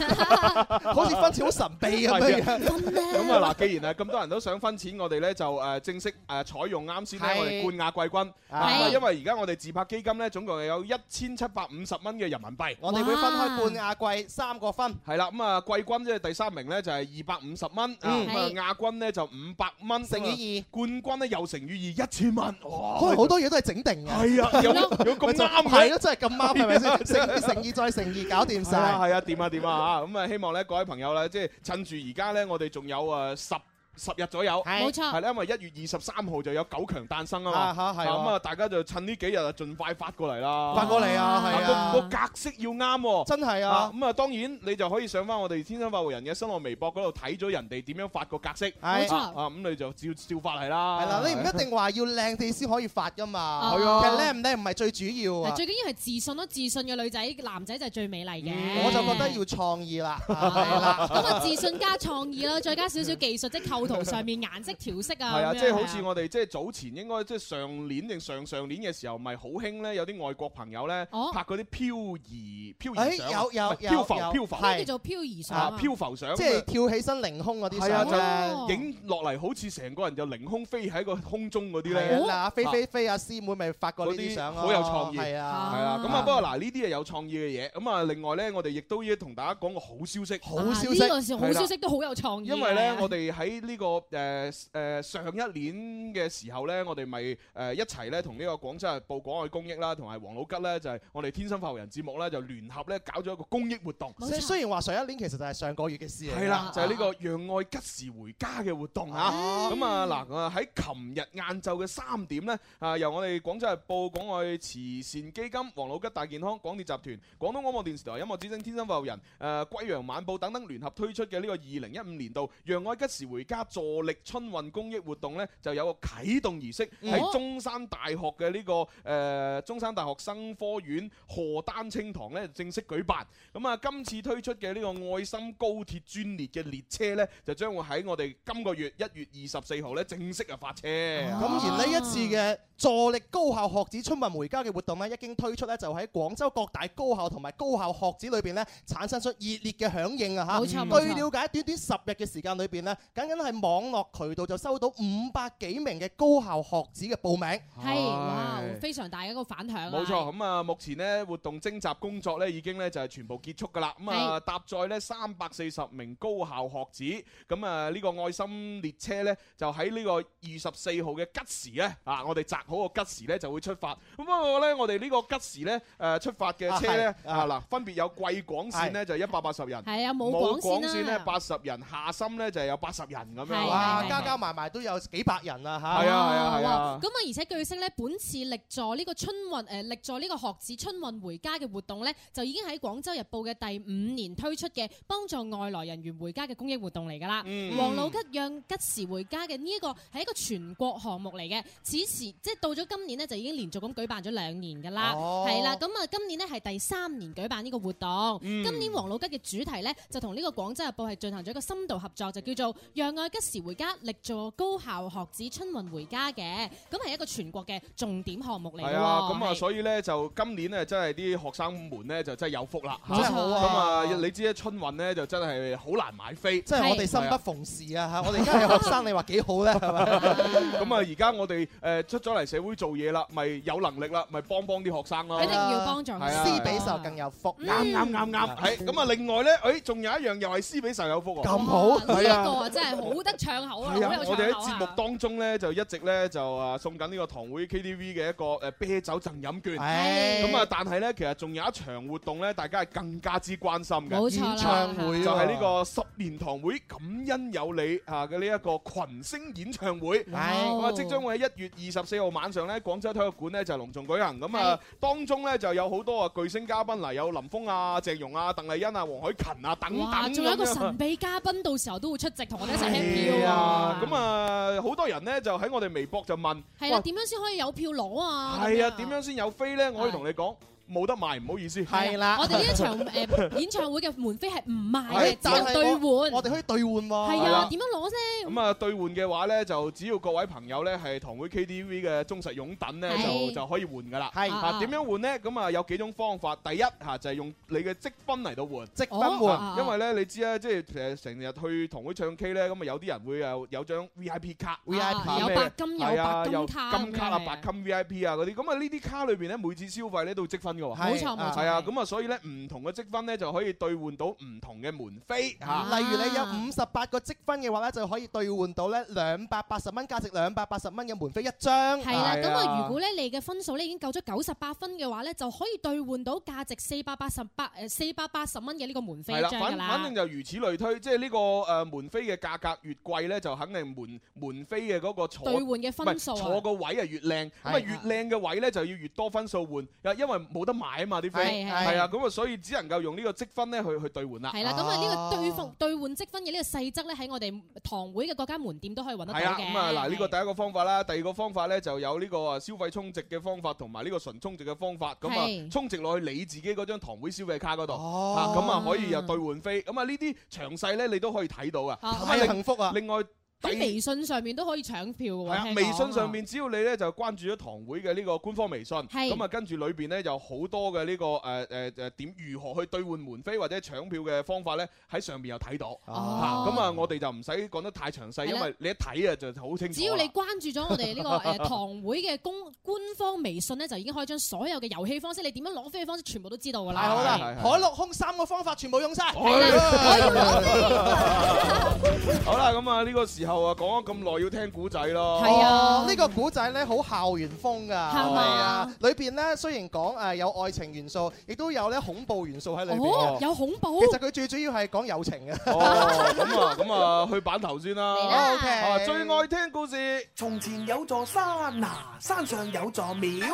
Speaker 3: 好似分錢好神秘咁樣
Speaker 2: 係啊咁啊嗱，既然啊咁多人都想分錢，我哋咧就誒正式誒採用啱先咧
Speaker 3: 係
Speaker 2: 我哋冠亞季軍，
Speaker 3: 係
Speaker 2: 啊因為而家我哋自拍基金咧總共有一千七百五十蚊嘅人民幣，
Speaker 3: 我哋會分開冠亞季三個分。
Speaker 2: 係啦，咁啊季軍即係第三名咧就係二百五十蚊，啊
Speaker 3: 嗯
Speaker 2: 咁啊亞軍咧就五百蚊，
Speaker 3: 乘以
Speaker 2: 二，冠軍咧又乘以二一千蚊，哇！
Speaker 3: 可能好多嘢都係整定嘅。
Speaker 2: 係啊有有咁啱嘅
Speaker 3: 係咯，真係咁啱，係咪
Speaker 2: 係啊 [LAUGHS]
Speaker 3: 先？乘乘以再乘以，搞掂
Speaker 2: 係啊
Speaker 3: 晒。
Speaker 2: 係啊，掂啊掂啊嚇！咁啊，希望咧各位朋友咧，即係趁住而家咧，我哋仲有誒十。十日左右，
Speaker 3: 係冇錯
Speaker 2: 係啊啦，因為一月二十三號就有九強誕生啊嘛，
Speaker 3: 啊哈係喎
Speaker 2: 咁啊，大家就趁呢幾日啊，盡快發過嚟啦，
Speaker 3: 發過嚟啊係啊
Speaker 2: 個個格式要啱喎，
Speaker 3: 真係啊
Speaker 2: 咁啊，當然你就可以上翻我哋天生發活人嘅新浪微博嗰度睇咗人哋點樣發個格式，
Speaker 3: 冇錯
Speaker 2: 啊，咁你就照照發係啦，
Speaker 3: 係啦，你唔一定話要靚啲先可以發噶嘛。
Speaker 2: 係啊
Speaker 3: 其實靚唔靚唔係最主要啊嗯
Speaker 4: 嗱，。最緊要係自信咯，自信嘅女仔、男仔就係最美麗嘅。
Speaker 3: 我就覺得要創意啦，
Speaker 2: [LAUGHS]
Speaker 3: 係啦。
Speaker 4: 咁啊，自信加創意啦，再加少少技術，即係構圖上面顏色調色啊。
Speaker 2: 係啊，
Speaker 4: 咁樣
Speaker 2: 即係好似我哋即係早前應該即係上年定上上年嘅時候，咪好興咧，有啲外國朋友咧
Speaker 4: 哦
Speaker 2: 拍嗰啲漂移漂
Speaker 3: 誒
Speaker 2: 移相，
Speaker 3: 哎有有
Speaker 2: 唔係
Speaker 3: 有
Speaker 2: 漂浮
Speaker 3: 有
Speaker 2: 漂浮，
Speaker 3: 咩叫做
Speaker 4: 漂移
Speaker 3: 相
Speaker 2: 啊漂浮相，
Speaker 3: 即係跳起身凌空嗰啲
Speaker 2: 係啊，
Speaker 3: 相咧。
Speaker 2: 就影落嚟好似成個人就凌空飛喺個空中嗰啲
Speaker 3: 係
Speaker 2: 咧，
Speaker 3: 啊嗱，飛飛
Speaker 2: 啊。
Speaker 3: 飛啊，師妹咪發過呢
Speaker 2: 嗰
Speaker 3: 啲
Speaker 2: 啲
Speaker 3: 相咯，
Speaker 2: 好有創意，
Speaker 3: 係啊，
Speaker 2: 係啊，咁啊，不過嗱，呢啲係有創意嘅嘢，咁啊，另外咧，我哋亦都要同大家講個好消息，好
Speaker 4: 啊呢個好消息都好有創意嘅。啊
Speaker 2: 因為咧，我哋喺呢個誒誒、上一年嘅時候咧，我哋咪誒一齊咧同呢個廣州日報廣愛公益啦，同埋黃老吉咧，就係、我哋天生發育人節目咧，就聯合咧搞咗一個公益活動。
Speaker 3: 雖雖然話上一年其實就係上個月嘅事嚟㗎，
Speaker 2: 係
Speaker 4: 啊
Speaker 2: 啦，就係呢個讓愛吉時回家嘅活動啊！咁啊嗱，啊喺琴日晏晝嘅三點呢，啊由我哋廣州日報廣愛慈善基金、黃老吉大健康、廣電集團、廣東廣播電視台音樂之聲、天生發育人、誒貴陽晚報等等聯合推出嘅呢個二零一五年度讓愛吉時回家助力春運公益活動呢，就有個啟動儀式
Speaker 3: 嗯
Speaker 2: 喺中山大學嘅呢、個誒、呃中山大學生科院荷丹清堂咧正式舉辦。咁啊，今次推出嘅呢個愛心高鐵專列嘅列車呢，就將會喺我哋今個月一月二十四號咧正式啊發車。
Speaker 3: 咁而呢一次嘅助力高校學子春運回家嘅活動呢，一經推出呢，就喺廣州各大高校同埋高校學子裏邊呢，產生出熱烈嘅響應啊！嚇，
Speaker 4: 冇錯冇錯
Speaker 3: 據了解，短短十日嘅時間裏邊呢，僅僅係網絡渠道就收到五百幾名嘅高校學子嘅報名，
Speaker 4: 係哇，非常大嘅一個反響啊！
Speaker 2: 冇錯，咁啊，目前呢活動徵集工作呢已經呢就係全部結束㗎啦。咁啊，搭載呢三百四十名高校學子，咁啊呢個愛心列車呢，就喺呢個二十四號嘅吉時呢，啊，我哋擲好個吉時呢就會出發。咁不過呢，我哋呢個吉時呢，誒出發嘅車呢，
Speaker 3: 啊係啊
Speaker 2: 啊嗱，分別有貴廣線呢就一百八十人，
Speaker 4: 係啊冇廣
Speaker 2: 武
Speaker 4: 線啦
Speaker 2: 廣線呢八十人，下深呢就有八十人咁樣。
Speaker 3: 哇，加加埋埋都有幾百人啦嚇。
Speaker 2: 係啊係啊係啊
Speaker 4: 咁啊，而且據悉咧，本次力助呢個春運誒、呃力助呢個學子春運回家嘅活動咧，就已經喺《廣州日報》嘅第五年推出嘅幫助外來人員回家嘅公益活動嚟㗎啦。
Speaker 2: 嗯
Speaker 4: 黃老吉讓吉時回家嘅呢一個係一個全國項目嚟嘅，此時即係到咗今年呢，就已經連續咁舉辦咗兩年㗎啦。
Speaker 20: 哦
Speaker 4: 係啦、咁啊，今年呢係第三年舉辦呢個活動。
Speaker 20: 嗯
Speaker 4: 今年黃老吉嘅主題呢，就同呢個《廣州日報》係進行咗一個深度合作，就叫做《讓愛吉時回家，力助高校學子春運回家》嘅，咁係一個全國嘅重點項目嚟嘅
Speaker 2: 係啊，咁啊，
Speaker 4: 喎。
Speaker 2: 所以咧就今年咧真係啲學生們咧就真係有福啦，
Speaker 3: 真係好啊
Speaker 2: 咁啊，你知咧春運咧就真係好難買飛，
Speaker 3: 真係我哋生不逢時啊嚇！我哋而家係 [LAUGHS] 學生，你話幾好咧？係咪？
Speaker 2: 咁啊，而家我哋誒出咗嚟社會做嘢啦，咪有能力啦，咪幫幫啲學生咯，
Speaker 3: 一定要幫助
Speaker 2: 係啊
Speaker 3: 施比受更有
Speaker 4: 嗯
Speaker 3: 福。
Speaker 2: 啱啱啱啱，係咁啊！另外咧，誒仲有一樣又係施比受有福喎，
Speaker 3: 咁好哇
Speaker 4: 呢一個啊，真係好得唱口啊，好
Speaker 2: 係啊
Speaker 4: 有！
Speaker 2: 我哋喺
Speaker 4: 唱口
Speaker 2: 節
Speaker 4: 啊！
Speaker 2: 目當中咧，就一直咧就啊送緊呢個堂會 KTV 嘅一個誒啤酒贈飲券。
Speaker 3: 唉
Speaker 2: 咁啊，但係咧，其實仲有一場活動咧，大家係更加之關心嘅。
Speaker 3: 冇錯啦演唱會喎
Speaker 2: 就係呢個十年堂會感恩有你啊嘅呢一個群星演唱會。咁啊，即將會喺一月二十四號晚上咧，廣州體育館咧就隆重舉行。咁啊，當中咧就有好多啊巨星嘉賓嚟，有林峰啊、鄭融啊、鄧麗欣啊、黃海芹啊等
Speaker 4: 哇，
Speaker 2: 等。
Speaker 4: 仲有一個
Speaker 2: 咁樣
Speaker 4: 神秘嘉賓，到時候都會出席同我哋一齊 happy
Speaker 2: 係
Speaker 4: 喎。
Speaker 2: 啊，咁啊，好多人咧就喺我哋微博就問，
Speaker 4: 係啦，點樣先可以有票攞啊？
Speaker 2: 係啊，點樣先有飛咧？我可以同你講，冇得賣，唔好意思。係啊
Speaker 4: 我哋呢一場誒演唱會嘅門飛係唔賣嘅，
Speaker 2: 係
Speaker 4: 只能兌換。
Speaker 3: 哎我哋可以兌換
Speaker 4: 係
Speaker 3: 喎。
Speaker 4: 啊，點樣攞啫？
Speaker 2: 咁啊，兑換嘅話咧，就只要各位朋友咧係堂會 KTV 嘅忠實擁趸咧，
Speaker 4: 係
Speaker 2: 就就可以換噶啦。
Speaker 4: 係
Speaker 2: 啊，點樣換咧？咁啊，有幾種方法。第一嚇就係用你嘅積分嚟到換，積
Speaker 3: 分啊換
Speaker 2: 因為咧你知咧，即係誒成日去堂會唱 K 咧，咁啊有啲人會有有張 VIP 卡啊
Speaker 3: VIP 卡
Speaker 2: 咩
Speaker 3: 有白金有
Speaker 2: 係啊
Speaker 3: 白金
Speaker 2: 有
Speaker 3: 卡
Speaker 2: 金卡啊、
Speaker 3: 咁樣
Speaker 2: 白金 VIP 啊嗰啲。咁啊呢啲卡裏邊咧，每次消費咧都會積分嘅喎。
Speaker 3: 係冇錯冇錯
Speaker 2: 係啊，咁啊所以咧唔同嘅積分咧就可以兌換到唔同嘅門飛嚇。
Speaker 3: 例如你有五十八個積分嘅話咧，就可以兌換到咧兩百八十蚊價值兩百八十蚊嘅門飛一張。
Speaker 4: 係啦，咁啊，如果咧你嘅分數咧已經夠咗九十八分嘅話咧，就可以兑換到價值四百八十八誒四百八十蚊嘅呢個門飛一
Speaker 2: 係啦，
Speaker 4: 張㗎
Speaker 2: 反反
Speaker 4: 啦
Speaker 2: 正。就如此類推，即係呢個誒門飛嘅價格越貴咧，就肯定門門飛嘅嗰個坐
Speaker 4: 兌換嘅分數啊
Speaker 2: 唔係坐個位啊越靚，咁啊
Speaker 4: 係
Speaker 2: 越靚嘅位咧就要越多分數換，因為冇得買啊嘛啲飛，
Speaker 4: 係係
Speaker 2: 係啊，咁啊所以只能夠用呢個積分咧去去兌換啦。
Speaker 4: 係啦，咁啊呢個兌換兌換積分嘅呢個細則咧，喺我哋堂會嘅各家門店都可以揾得到
Speaker 2: 係啦，
Speaker 4: 嘅。
Speaker 2: 咁啊嗱，呢個第一個方法啦，第二個方法咧就有呢個啊消費充值嘅方法，同埋呢個純充值嘅方法。咁啊
Speaker 4: 係，
Speaker 2: 充值落去你自己嗰張堂會消費卡嗰度，
Speaker 3: 哦
Speaker 2: 啊咁啊可以又兑換飛。咁啊呢啲詳細咧你都可以睇到啊。
Speaker 4: 啊
Speaker 2: 咁啊
Speaker 4: 太
Speaker 2: 另
Speaker 4: 幸
Speaker 3: 福啊！
Speaker 2: 另外
Speaker 4: 喺微信上面都可以搶票嘅
Speaker 2: 係啊
Speaker 4: 喎。聽講
Speaker 2: 微信上面只要你咧就關注咗堂會嘅呢個官方微信，
Speaker 4: 係
Speaker 2: 咁啊跟住裏邊咧有好多嘅呢個呃誒誒誒點如何去兌換門飛或者搶票嘅方法咧喺上邊有睇到，嚇咁
Speaker 3: 哦
Speaker 2: 啊我哋就唔使講得太詳細，
Speaker 4: 係啦
Speaker 2: 因為你一睇啊就好清楚啦。
Speaker 4: 只
Speaker 2: [LAUGHS]
Speaker 4: 要你關注咗我哋呢個誒堂會嘅公官方微信咧，就已經可以將所有嘅遊戲方式，你點樣攞飛嘅方式，全部都知道㗎啦。
Speaker 3: 太好啦，
Speaker 2: 係係係
Speaker 3: 海陸空三個方法全部用晒。
Speaker 2: 係啊啦
Speaker 3: 我
Speaker 2: 好啦，咁啊呢個時候啊講咗咁耐要聽古仔咯，
Speaker 3: 係啊，呢個古仔咧好校園風㗎，係
Speaker 2: 嘛
Speaker 3: 啊？裏邊咧雖然講誒有愛情元素，亦都有咧恐怖元素喺裏邊嘅
Speaker 2: 哦有
Speaker 4: 恐怖。
Speaker 3: 其實佢最主要係講友情嘅。
Speaker 2: 哦咁啊咁啊去版頭先啦
Speaker 3: 啦 OK
Speaker 2: 啊最愛聽故事。
Speaker 9: 從前有座山啊，山上有座廟，
Speaker 5: 啊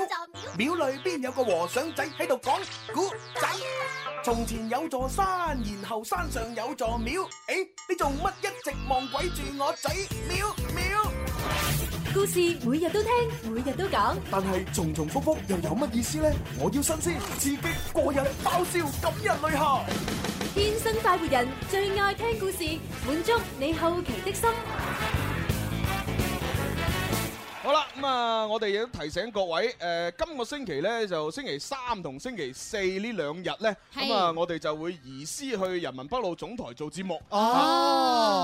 Speaker 9: 廟裏邊有個和尚仔喺度講古仔。從前有座山，然後山上有座廟，誒、你做乜一直望鬼住我仔？廟廟。
Speaker 15: 故事每日都聽，每日都講，
Speaker 9: 但係重重複複又有乜意思呢？我要新鮮、刺激、過癮、爆笑、感人淚下。
Speaker 15: 天生快活人最愛聽故事，滿足你好奇的心。
Speaker 2: 好啦，咁啊，我哋亦都提醒各位，誒，今個星期咧就星期三同星期四呢兩日咧，
Speaker 21: 係
Speaker 2: 咁啊，我哋就會移師去人民北路總台做節目。
Speaker 21: 哦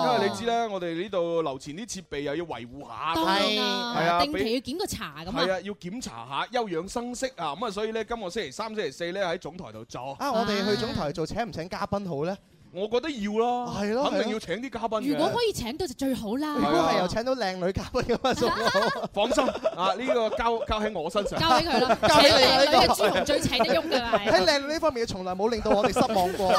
Speaker 2: 啊因為你知咧，我哋呢度樓前啲設備又要維護下，
Speaker 4: 當然啦，
Speaker 2: 係啊，
Speaker 4: 定期
Speaker 2: 俾
Speaker 4: 要檢個查咁
Speaker 2: 係啊，
Speaker 4: 啊。
Speaker 2: 要檢查下休養生息啊，咁啊，所以咧，今個星期三、星期四咧喺總台度做。
Speaker 3: 啊，我哋去總台做請唔請嘉賓好咧？
Speaker 2: 我覺得要咯，
Speaker 3: 係咯，
Speaker 2: 肯定要請啲嘉賓嘅。
Speaker 4: 如果可以請到就最好啦。
Speaker 3: 如果係啊又請到靚女嘉賓咁啊，仲好。
Speaker 2: 放心啊，呢個交交喺我身上，
Speaker 4: 交俾佢啦
Speaker 3: 交俾你啦
Speaker 4: 請靚女嘅
Speaker 3: 呢個
Speaker 4: 朱紅最請得喐㗎啦係
Speaker 3: 喺靚女呢方面，從來冇令到我哋失望過。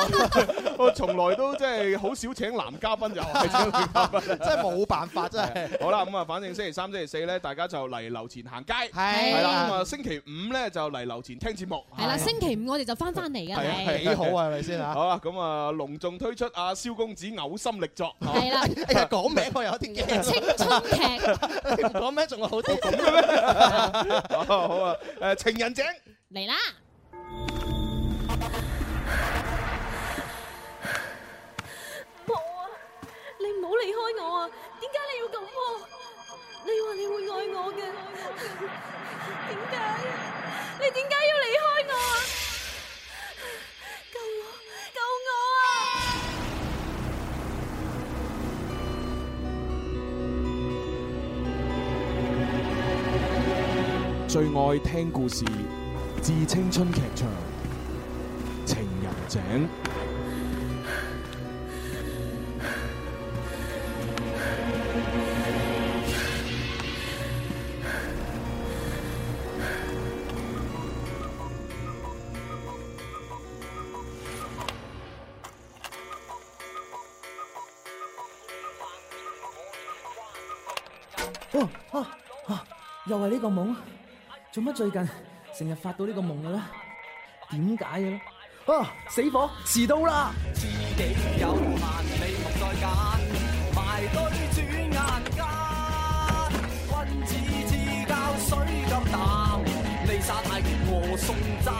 Speaker 2: 我從來都即係好少請男嘉賓就係請女嘉賓，
Speaker 3: 真係冇辦法真係
Speaker 2: [LAUGHS] 好啦，咁啊，反正星期三、星期四咧，大家就嚟樓前行街，
Speaker 3: 係
Speaker 2: 係啦。咁啊，星期五咧就嚟樓前聽節目，
Speaker 4: 係啦，星期五我哋就翻翻嚟㗎。
Speaker 2: 係啊
Speaker 4: 係
Speaker 2: 係啊
Speaker 3: 幾好啊係咪先啊
Speaker 2: 好啦，咁啊，隆重推出阿蕭公子嘔心力作， [LAUGHS]
Speaker 4: 係啦
Speaker 3: 哎呀，講名我有啲驚。
Speaker 4: [LAUGHS] 青春劇，
Speaker 3: 講名仲好啲。咁
Speaker 2: 好好啊，誒情人井。
Speaker 4: 嚟啦！
Speaker 13: 婆啊，你唔好離開我啊！點解你要咁啊？你話你會愛我嘅，點解？啊你點解要離開我啊？救我！救我啊！
Speaker 22: 最愛聽故事，致青春劇場，情人井。
Speaker 12: 哦啊啊！又係呢個夢，啊做乜最近成日發到呢個夢嘅咧？點解嘅咧？啊！死火，遲到啦！
Speaker 11: 知己有限，你莫再揀，埋堆轉眼間，君子之交水咁淡，你耍太極我送爭。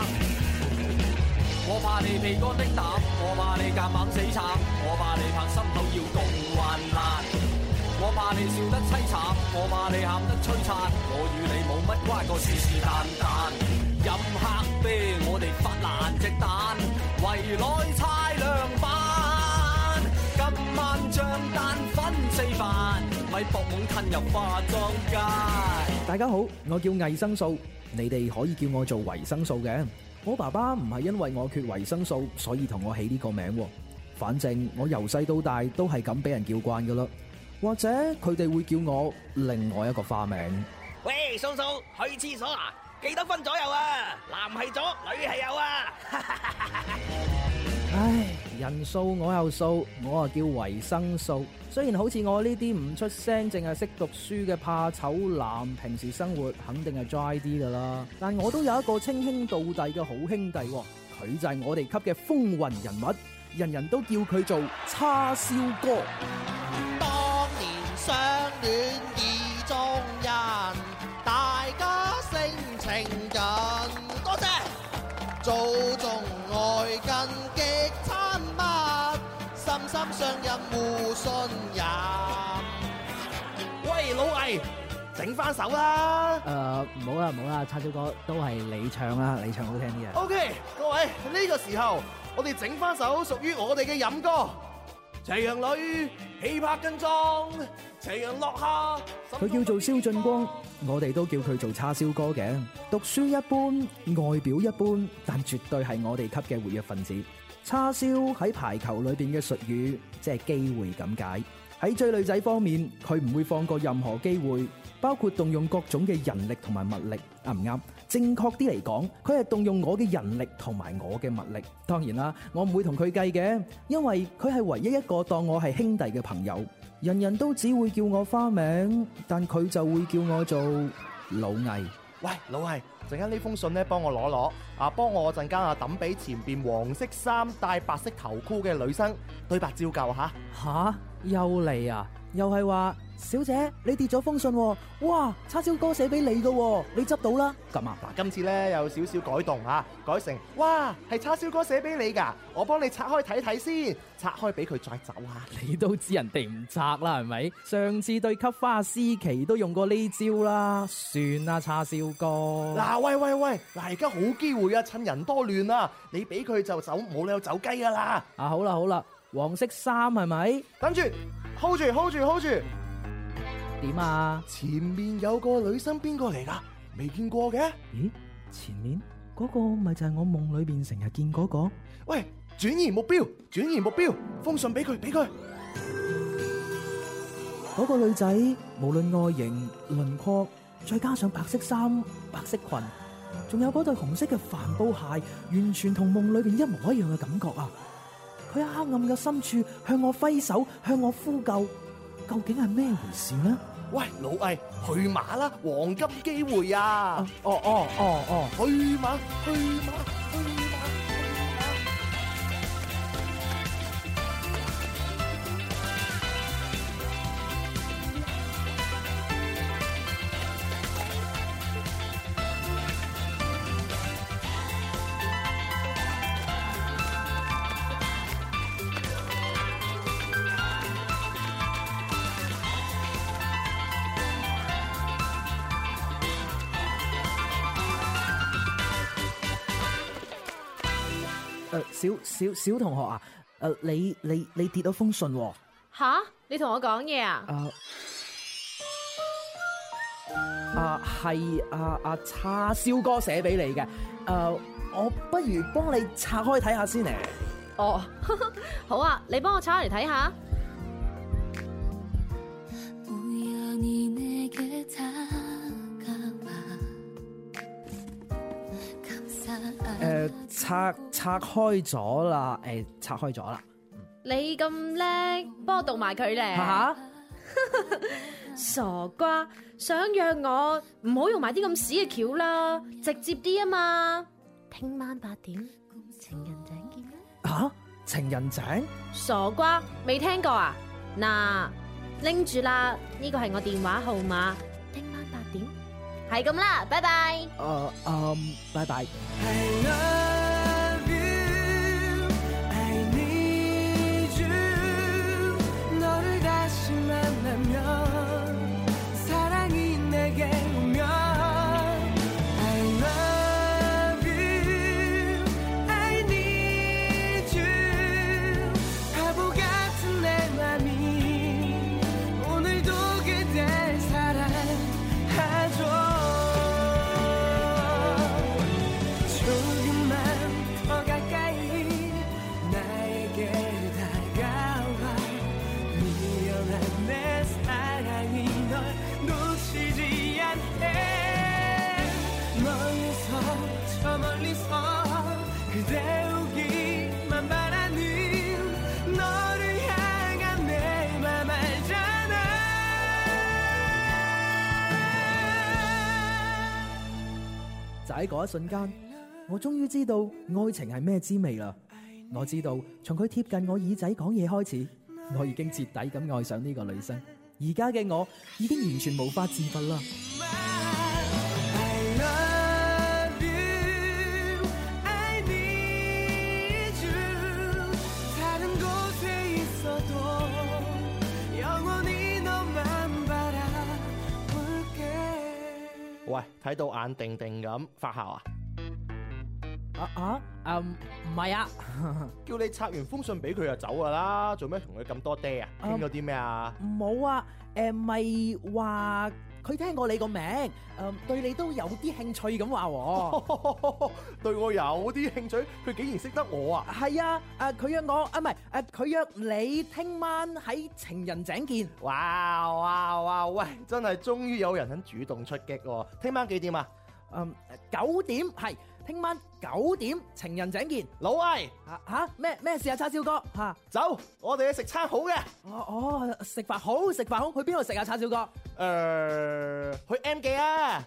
Speaker 11: 我怕你皮乾的膽，我怕你夾硬死撐，我怕你拍心口要共患難，我怕你笑得凄慘，我怕你喊得璀璨，我與你冇乜瓜葛，是是但但。飲黑啤，我哋發爛隻蛋，圍內猜兩版。今晚張單分四份，咪搏懵吞入化妝間。
Speaker 12: 大家好，我叫魏生素，你哋可以叫我做維生素嘅。我爸爸唔係因為我缺維生素，所以同我起呢個名喎。反正我由細到大都係咁俾人叫慣噶啦，或者佢哋會叫我另外一個花名。
Speaker 23: 喂，素素，去廁所啊？幾多分左右啊？男係左，女係右啊？
Speaker 12: 唉，人數我有數，我啊叫維生素。雖然好似我呢啲唔出聲，淨係識讀書嘅怕醜男，平時生活肯定係 dry 啲㗎啦。但我都有一個稱兄道弟嘅好兄弟喎，佢就係我哋級嘅風雲人物，人人都叫佢做叉燒哥。
Speaker 21: 當年相戀意中人，大家性情人。多謝。早仲愛更極親密，心心相印互信任。喂，老魏，整翻首啦！
Speaker 24: 誒呃唔好啦唔好啦，叉燒哥都係你唱啦，你唱好聽啲啊！
Speaker 21: OK，各位呢、個時候，我哋整翻首屬於我哋嘅飲歌。斜陽裏，氣魄更壯，斜陽落下。
Speaker 12: 佢叫做蕭俊光，我哋都叫佢做叉燒哥嘅。讀書一般，外表一般，但絕對係我哋級嘅活躍分子。叉燒喺排球裏邊嘅術語，即係機會咁解。喺追女仔方面，佢唔會放過任何機會，包括動用各種嘅人力同埋物力。啊，唔啱，正確啲嚟講，佢係動用我嘅人力同埋我嘅物力。當然啦，我唔會同佢計嘅，因為佢係唯一一個當我係兄弟嘅朋友。人人都只會叫我花名，但佢就會叫我做老魏。
Speaker 3: 喂，老魏，陣間呢封信咧，幫我攞攞啊！幫我陣間啊，抌俾前邊黃色衫戴白色頭箍嘅女生對白照舊吓。
Speaker 12: 吓，又嚟啊！又係話小姐你跌咗封信喎，哇叉燒哥寫俾你嘅喎，你執到啦咁啊！
Speaker 3: 嗱，今次咧有少少改動啊，改成哇係叉燒哥寫俾你㗎，我幫你拆開睇睇先，拆開俾佢再走啊！
Speaker 12: 你都知人哋唔拆啦，係咪？上次對吸花思琪都用過呢招啦，算啦，叉燒哥。
Speaker 3: 嗱，喂喂喂，嗱而家好機會啊，趁人多亂啊，你俾佢就走，冇理由走雞㗎啦！
Speaker 12: 啊好啦好啦，黃色衫係咪？
Speaker 3: 等住，hold 住 hold 住 hold 住，
Speaker 12: 點啊？
Speaker 3: 前面有個女生邊個嚟㗎？未見過嘅？
Speaker 12: 咦，前面嗰個咪就係我夢裏邊成日見嗰個？
Speaker 3: 喂，轉移目標，轉移目標，封信俾佢，俾佢。
Speaker 12: 嗰個女仔無論外形、輪廓，再加上白色衫、白色裙，仲有嗰對紅色嘅帆布鞋，完全同夢裏邊一模一樣嘅感覺啊！佢喺黑暗嘅深處向我揮手，向我呼救，究竟係咩回事呢？
Speaker 3: 喂，老魏，去馬啦，黃金機會啊！
Speaker 12: 哦哦哦哦，
Speaker 3: 去馬，去馬，去馬。
Speaker 12: 誒，呃小小小同學啊，誒，你你你跌咗封信喎，
Speaker 4: 吓？你同我講嘢啊？
Speaker 12: 啊啊係啊啊叉燒哥寫俾你嘅，誒，我不如幫你拆開睇下先咧。
Speaker 4: 哦， [LAUGHS] 好啊，你幫我抄嚟睇下。
Speaker 11: 우연히 내게 다가와 감사한
Speaker 12: 誒，拆拆開咗啦，誒，拆開咗啦。
Speaker 4: 你咁叻，幫我讀埋佢咧。
Speaker 12: 嚇
Speaker 4: 傻瓜，想約我唔好用埋啲咁屎嘅橋啦，直接啲啊嘛。聽晚八點，情人井見啦。
Speaker 12: 嚇，啊情人井
Speaker 4: [LAUGHS] 傻瓜，未聽過啊？嗱，拎住啦，呢個係我電話號碼。聽晚八點，係咁啦，拜拜。
Speaker 12: 誒嗯，拜拜。
Speaker 11: I need you 너를 다시 만나면 사랑이 내게 오면 I love you I need you 바보 같은 내 맘이 오늘도 그댈 사랑하죠 조금만 더 가까이 나에게 다가와 미련한 내 사랑이 널 놓치지 않게 멀리서 저 멀리서 그대 오기만 바라는 너를 향한 내 맘 알잖아
Speaker 12: 就喺嗰一瞬間，我終於知道愛情係咩滋味啦！我知道從佢貼近我耳仔講嘢開始，我已經徹底咁愛上呢個女生。而家嘅我已經完全無法自拔啦！
Speaker 11: love you, I need you. 다른 곳에 있어도 영원히 너만 바라볼게.
Speaker 3: 喂，睇到眼定定咁發姣啊！
Speaker 12: 啊啊，唔唔係啊，
Speaker 3: 叫你拆完封信俾佢就走㗎啦，做咩同佢咁多爹啊？傾咗啲咩啊？
Speaker 12: 冇啊，誒咪話佢聽過你個名，誒、對你都有啲興趣咁話喎。
Speaker 3: [LAUGHS] 對我有啲興趣，佢竟然識得我啊！
Speaker 12: 係啊，誒佢約我啊，唔係誒佢約你聽晚喺情人井見。
Speaker 3: 哇哇哇！喂，真係終於有人肯主動出擊喎！聽晚幾點啊？
Speaker 12: 嗯，九點係聽晚九點情人井見。
Speaker 3: 老魏，
Speaker 12: 啊吓咩咩事啊？叉燒哥吓，
Speaker 3: 走，我哋去食餐好嘅。
Speaker 12: 哦哦，食飯好食飯好，去邊度食啊？叉燒哥，
Speaker 3: 誒、呃去 M 記啊！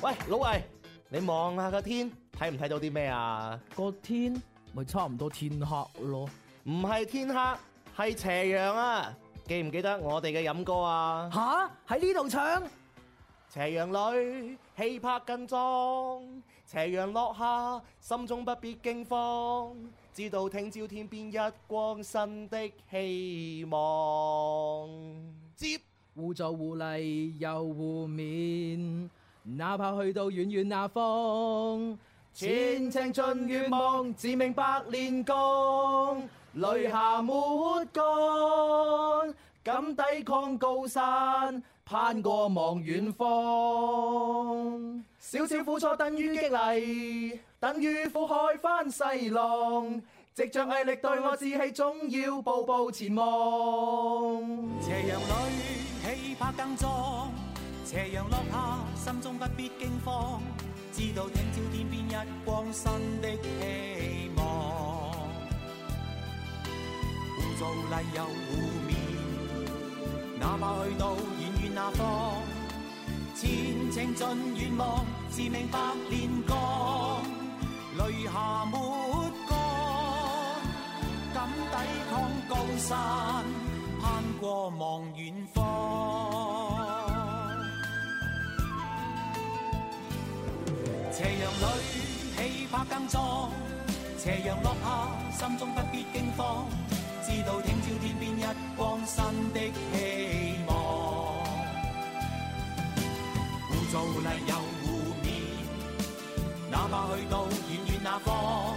Speaker 3: 喂，老魏，你望下個天，睇唔睇到啲咩啊？
Speaker 12: 個天咪差唔多天黑咯。
Speaker 3: 唔係天黑，係斜陽啊！記唔記得我哋嘅飲歌啊？吓，喺呢度唱。斜陽裏，氣魄更壯；斜陽落下，心中不必驚慌。知道聽朝天邊一光，新的希望。
Speaker 25: 接
Speaker 12: 互助互勵又互勉，哪怕去到遠遠那方，前程盡願望，自命百練功，淚下抹乾，敢抵抗高山，攀過望遠方。少少苦楚等於激勵，等於苦海翻細浪，藉着毅力對我志氣，總要步步前望。
Speaker 11: 斜陽裏氣魄更壯，斜陽落下，心中不必驚慌。知道聽朝天邊一光，新的希望。互助互勵又互勉，哪怕去到遠遠那方，前程盡遠望，自命百煉鋼，淚下抹乾，敢抵抗高山，攀過望遠方。斜陽裏氣魄更壯，斜陽落下，心中不必驚慌。知道聽朝天邊一光，新的希望。互助互勵又互勉，哪怕去到遠遠那方，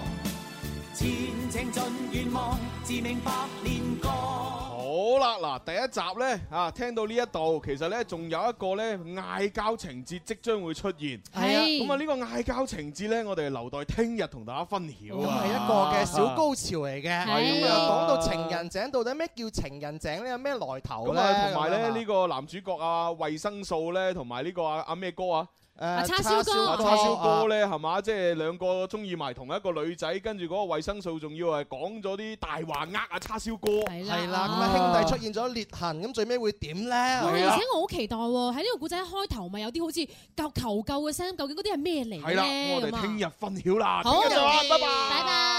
Speaker 11: 前程盡願望，自命百煉鋼。
Speaker 2: 好啦，嗱，第一集呢，啊，聽到呢一度，其實呢，仲有一個呢嗌交情節即將會出現，
Speaker 25: 係啊
Speaker 2: 咁啊呢個嗌交情節呢，我哋留待聽日同大家分曉啊，
Speaker 25: 係一個嘅小高潮嚟嘅，
Speaker 2: 係啊
Speaker 25: 咁啊講到情人井，到底咩叫情人井咧？有咩來頭
Speaker 2: 咁
Speaker 25: 咧？
Speaker 2: 啊，同埋咧
Speaker 25: 咁
Speaker 2: 呢個男主角啊，維生素咧，同埋呢個啊阿咩哥
Speaker 25: 啊
Speaker 2: 啊。
Speaker 25: 哦
Speaker 2: 誒
Speaker 25: 叉燒哥
Speaker 2: 啊叉燒哥咧係嘛，即係兩個中意埋同一個女仔，跟住嗰個維生素仲要係講咗啲大話呃啊叉燒哥，
Speaker 25: 係啦，咁啊兄弟出現咗裂痕，咁最尾會點咧？
Speaker 4: 哇而且我好期待喎，喺呢個古仔一開頭咪有啲好似求求救嘅聲，究竟嗰啲係咩嚟嘅
Speaker 2: 係啦，
Speaker 4: 咧
Speaker 2: 我
Speaker 4: 咁啊
Speaker 2: 哋聽日分曉啦，
Speaker 4: 好
Speaker 2: 聽日就啊，拜拜。
Speaker 4: 拜拜。